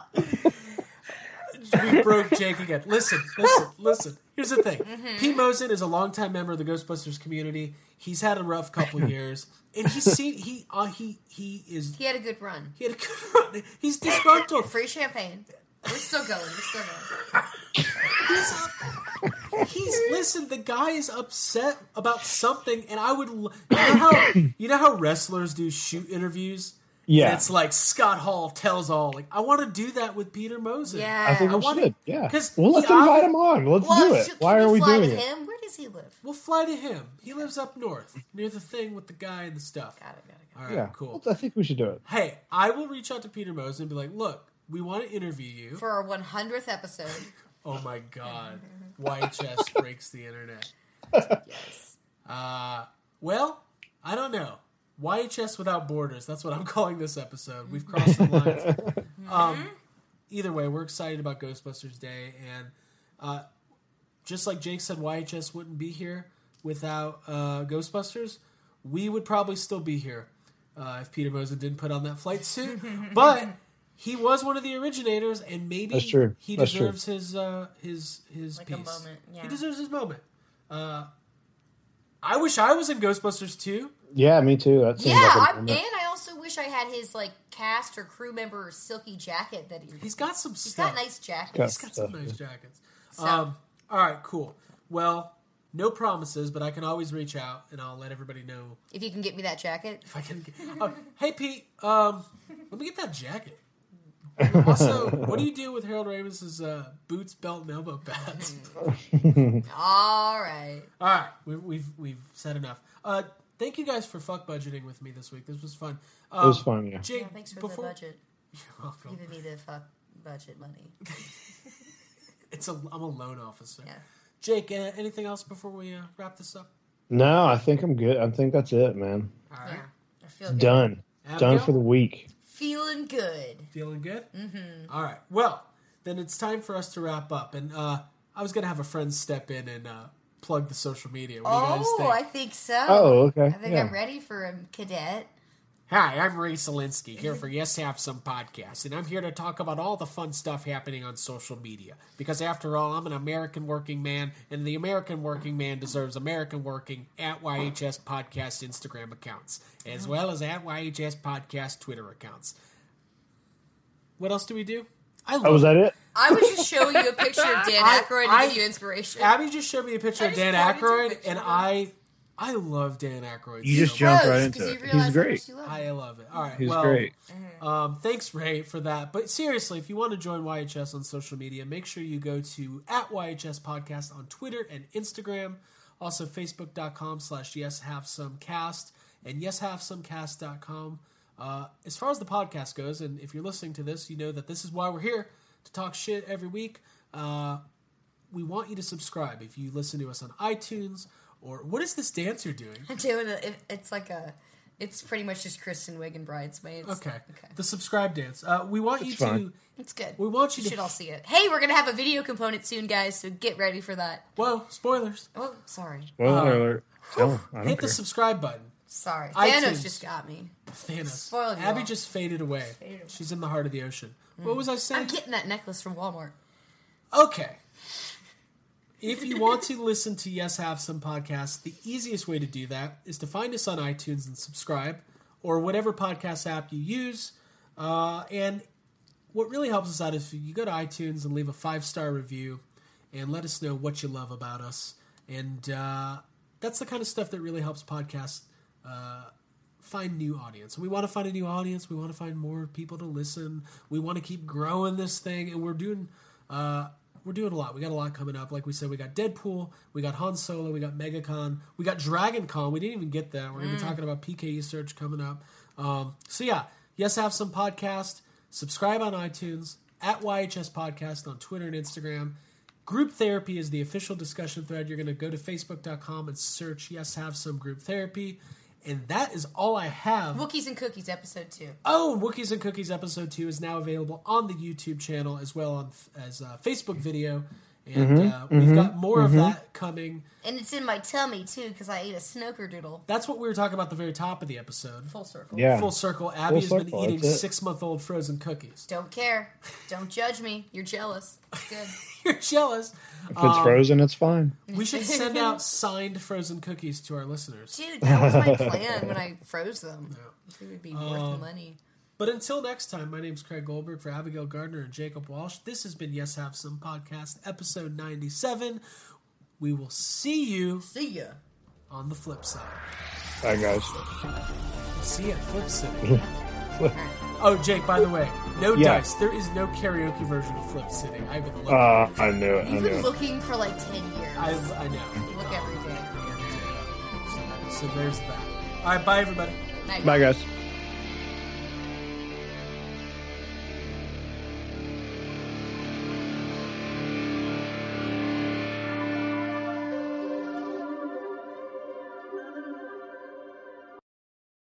broke Jake again. Listen, listen, listen. Here's the thing. Mm-hmm. Pete Mosen is a longtime member of the Ghostbusters community. He's had a rough couple years, and he's seen he uh, he he is He had a good run. he had a good run. He's disgruntled. Free champagne. We're still going. We're still going. He's, he's listen. The guy is upset about something, and I would. l- You know how you know how wrestlers do shoot interviews. Yeah, and it's like Scott Hall tells all. Like I want to do that with Peter Mosen. Yeah. I think we wanna- should. Yeah, 'cause well, he let's invite obvi- him on. Let's Well, do it. should- Why can are we we fly doing to it? him? Where does he live? We'll fly to him. He lives up north, near the thing with the guy and the stuff. Got it. Got it. Got All right, Yeah, cool. I think we should do it. Hey, I will reach out to Peter Mosen and be like, "Look, we want to interview you." it. For our 100th episode. oh my god, YHS breaks the internet. Yes. Uh, well, I don't know. YHS without borders. That's what I'm calling this episode. We've crossed the lines. um, either way, we're excited about Ghostbusters Day, and uh, just like Jake said, YHS wouldn't be here without uh, Ghostbusters. We would probably still be here uh, if Peter Mosen didn't put on that flight suit, but he was one of the originators, and maybe That's true. he That's true. deserves his uh, his his Like a piece. moment, yeah. He deserves his moment. Uh, I wish I was in Ghostbusters too. Yeah, me too. That seems Yeah, like a I, and moment. I also wish I had his like cast or crew member or silky jacket that he, he's got some. He's stuff. got nice jackets. He's got some nice jackets. Um, all right, cool. Well, no promises, but I can always reach out and I'll let everybody know if you can get me that jacket, if I can. Get, oh, hey Pete, um, let me get that jacket. Also, what do you do with Harold Ramis's uh, boots, belt, and elbow pads? All right. All right, we, we've we've said enough. Uh, thank you guys for fuck budgeting with me this week. This was fun. Um, was fun, yeah. Jake, Yeah, thanks for before- the budget. You're welcome. Giving me the fuck budget money. It's a I'm a loan officer. Jake, uh, anything else before we uh, wrap this up? No, I think I'm good. I think that's it, man. All right. I feel It's good. done. Done Abigail? for the week. Feeling good. Feeling good? Mm-hmm. All right. Well, then it's time for us to wrap up. And uh, I was going to have a friend step in and uh, plug the social media. What do you guys Oh, think? I think so. Oh, okay, I think yeah. I'm ready for a cadet. Hi, I'm Ray Selinsky Mm-hmm. here for Yes Have Some Podcast, and I'm here to talk about all the fun stuff happening on social media. Because after all, I'm an American working man, and the American working man deserves American working at YHS Podcast Instagram accounts, Oh. as well as at YHS Podcast Twitter accounts. What else do we do? I Oh, was that it? I was just showing you a picture of Dan I- Aykroyd I- to give you inspiration. Abby just showed me a picture I of just Dan pointed to a Aykroyd, picture and of him. I, I love Dan Aykroyd. so You just jumped much. right into it. He's great. I love it. All right, He's well, great. Um, thanks, Ray, for that. But seriously, if you want to join YHS on social media, make sure you go to at YHS Podcast on Twitter and Instagram. Also, facebook.com slash yes have some cast and yes have some cast.com. Uh, as far as the podcast goes, and if you're listening to this, you know that this is why we're here to talk shit every week. Uh, we want you to subscribe if you listen to us on iTunes or what is this dancer doing? I'm doing a, it, it's like a, it's pretty much just Kristen Wiig and bridesmaids. Okay. The subscribe dance. Uh, we want you to. fine. It's good. We want you You to. should all see it. Hey, we're gonna have a video component soon, guys. So get ready for that. Whoa! Spoilers. Oh, sorry. Spoiler Uh, alert. Tell him. I don't Hit the care. subscribe button. Sorry. iTunes. Thanos just got me. Thanos. Spoiled you Abby all. just faded away. Faded away. She's in the heart of the ocean. What was I saying? I'm getting that necklace from Walmart. Okay. If you want to listen to Yes Have Some podcast, the easiest way to do that is to find us on iTunes and subscribe, or whatever podcast app you use. Uh, and what really helps us out is if you go to iTunes and leave a five star review and let us know what you love about us. And uh, that's the kind of stuff that really helps podcasts uh, find new audience. We want to find a new audience. We want to find more people to listen. We want to keep growing this thing, and we're doing. Uh, we're doing a lot. We got a lot coming up. Like we said, we got Deadpool, we got Han Solo, we got MegaCon, we got Dragon Con. We didn't even get that. We're going to be Mm. talking about PKE Search coming up. Um, so, yeah, yes, have some podcast. Subscribe on iTunes, at YHS Podcast on Twitter and Instagram. Group therapy is the official discussion thread. You're going to go to facebook.com and search Yes Have Some Group Therapy. And that is all I have. Wookiees and Cookies, episode two. Oh, Wookiees and Cookies episode two is now available on the YouTube channel as well on as a Facebook video, and Mhm, uh, we've mhm, got more of mhm. that coming. And it's in my tummy too because I ate a snooker doodle. That's what we were talking about at the very top of the episode. Full circle. Yeah. full circle. Abby Full has been circle, eating that's it. six month old frozen cookies. Don't care. Don't judge me. You're jealous. It's good. You're jealous. If it's Um, frozen, it's fine. We should send out signed frozen cookies to our listeners. Dude, that was my plan when I froze them. I think it would be worth the Um, money. But until next time, my name's Craig Goldberg for Abigail Gardner and Jacob Walsh. This has been Yes Have Some Podcast, episode 97. We will see you. See ya. On the flip side. Bye, guys. See ya, flip city. oh, Jake, by the way, no Yeah. dice. There is no karaoke version of Flip City. I would love Uh, it. I knew it. I You've knew been it. looking for like ten years. I, I know. Look every day. So there's that. All right, bye, everybody. Night. Bye, guys.